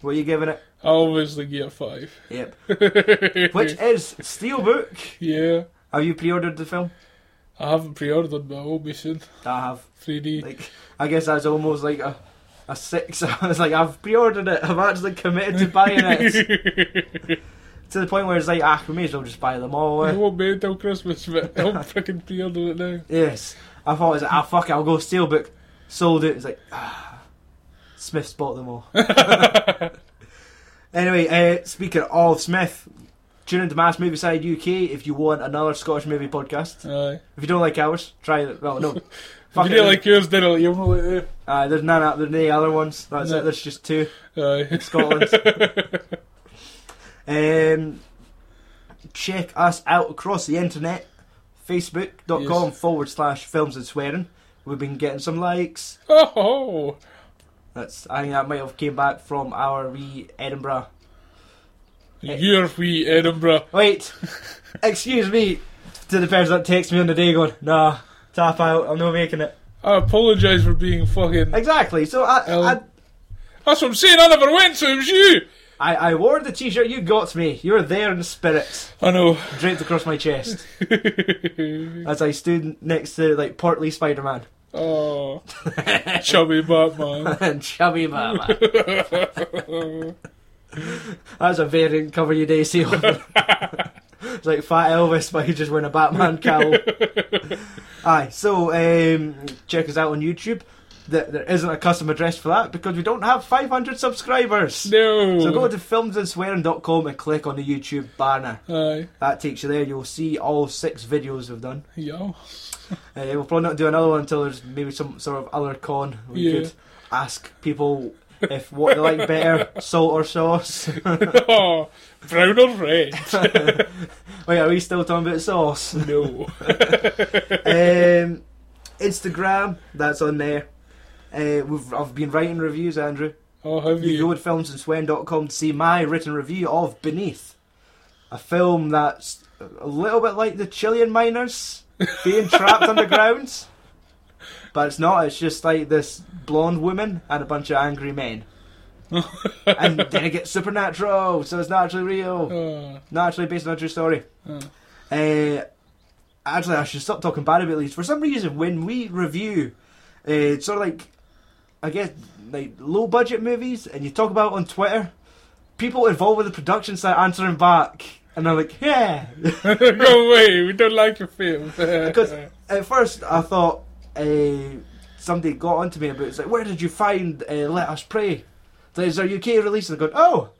Speaker 4: What are you giving it?
Speaker 5: I obviously get a five.
Speaker 4: Yep. Which is Steelbook.
Speaker 5: Yeah.
Speaker 4: Have you pre-ordered the film?
Speaker 5: I haven't pre ordered, but I will be soon.
Speaker 4: I have.
Speaker 5: 3D.
Speaker 4: Like, I guess that's almost like a a six. I was like, I've pre-ordered it. I've actually committed to buying it to the point where it's like, ah, we may as well just buy them all.
Speaker 5: It
Speaker 4: eh?
Speaker 5: won't be until Christmas, but I'll freaking pre order it now.
Speaker 4: yes. I thought it was like, ah, fuck it, I'll go Steelbook. Sold it. It's like, ah, Smith's bought them all. anyway, uh, speaking of Smith, tune into Mass Movie Side UK if you want another Scottish movie podcast.
Speaker 5: Aye.
Speaker 4: If you don't like ours, try it. Well, no.
Speaker 5: If
Speaker 4: Fuck
Speaker 5: you
Speaker 4: it.
Speaker 5: didn't like yours, then I'll like yours, like
Speaker 4: Uh, there's none out there, any other ones. That's
Speaker 5: No.
Speaker 4: it, there's just two.
Speaker 5: that. Aye.
Speaker 4: Scotland. um, check us out across the internet. Facebook.com
Speaker 5: Yes.
Speaker 4: forward slash films and swearing. We've been getting some likes.
Speaker 5: Oh,
Speaker 4: That's I think that might have came back from our wee Edinburgh.
Speaker 5: you're wee Edinburgh.
Speaker 4: Wait, excuse me to the person that texts me on the day going, nah, tap out, I'm not making it.
Speaker 5: I apologise for being fucking.
Speaker 4: Exactly. So I
Speaker 5: Oh.
Speaker 4: I,
Speaker 5: That's what I'm saying. I never went, so it was you.
Speaker 4: I, I wore the t-shirt you got me. You were there in spirit,
Speaker 5: I know.
Speaker 4: draped across my chest. as I stood next to like portly Spider Man
Speaker 5: oh, chubby Batman.
Speaker 4: and chubby Batman. That's a variant cover you day seal. it's like Fat Elvis, but he just wearing a Batman cowl. Aye, so um, check us out on YouTube. Th- There isn't a custom address for that because we don't have 500 subscribers.
Speaker 5: No.
Speaker 4: So go to filmsandswearing.com and click on the YouTube banner.
Speaker 5: Aye.
Speaker 4: That takes you there. You'll see all six videos we've done.
Speaker 5: Yeah.
Speaker 4: Uh, we'll probably not do another one until there's maybe some sort of other con. We
Speaker 5: Yeah.
Speaker 4: could ask people if what they like better, salt or sauce.
Speaker 5: oh, brown or red?
Speaker 4: Wait, are we still talking about sauce?
Speaker 5: No.
Speaker 4: um, Instagram, that's on there. Uh, we've, I've been writing reviews, Andrew.
Speaker 5: Oh, have
Speaker 4: You
Speaker 5: you?
Speaker 4: go to filmsandswen.com to see my written review of Beneath, a film that's a little bit like the Chilean miners being trapped underground, but it's not. It's just like this blonde woman and a bunch of angry men. and then it gets supernatural, so it's not actually real,
Speaker 5: Oh,
Speaker 4: not actually based on a true story.
Speaker 5: Hmm.
Speaker 4: Uh, actually, I should stop talking bad about these. For some reason, when we review, uh, it's sort of like I guess like low budget movies, and you talk about it on Twitter, people involved with the production start answering back, and they're like, "Yeah,"
Speaker 5: go away. We don't like your film.
Speaker 4: because at first I thought uh, somebody got onto me about it's like, where did you find uh, Let Us Pray? There's our UK release, and I going, oh,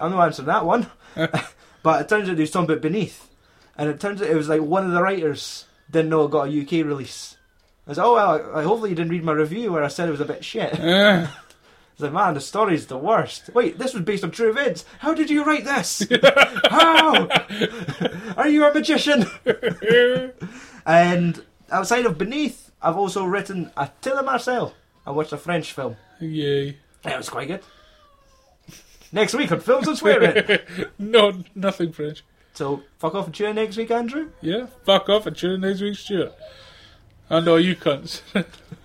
Speaker 4: I'm not answering that one. but it turns out there was something about Beneath, and it turns out it was like one of the writers didn't know it got a UK release. I was like, oh well, I, I- hopefully you didn't read my review where I said it was a bit shit. I
Speaker 5: Eh,
Speaker 4: was like, man, the story's the worst. Wait, this was based on true events. How did you write this? How? Are you a magician? and outside of Beneath, I've also written Attila Marcel. I watched a French film.
Speaker 5: yay.
Speaker 4: That was quite good. Next week on Films and Swear It.
Speaker 5: No, nothing French.
Speaker 4: So fuck off and tune in next week, Andrew.
Speaker 5: Yeah, fuck off and tune in next week, Stuart. And all you cunts.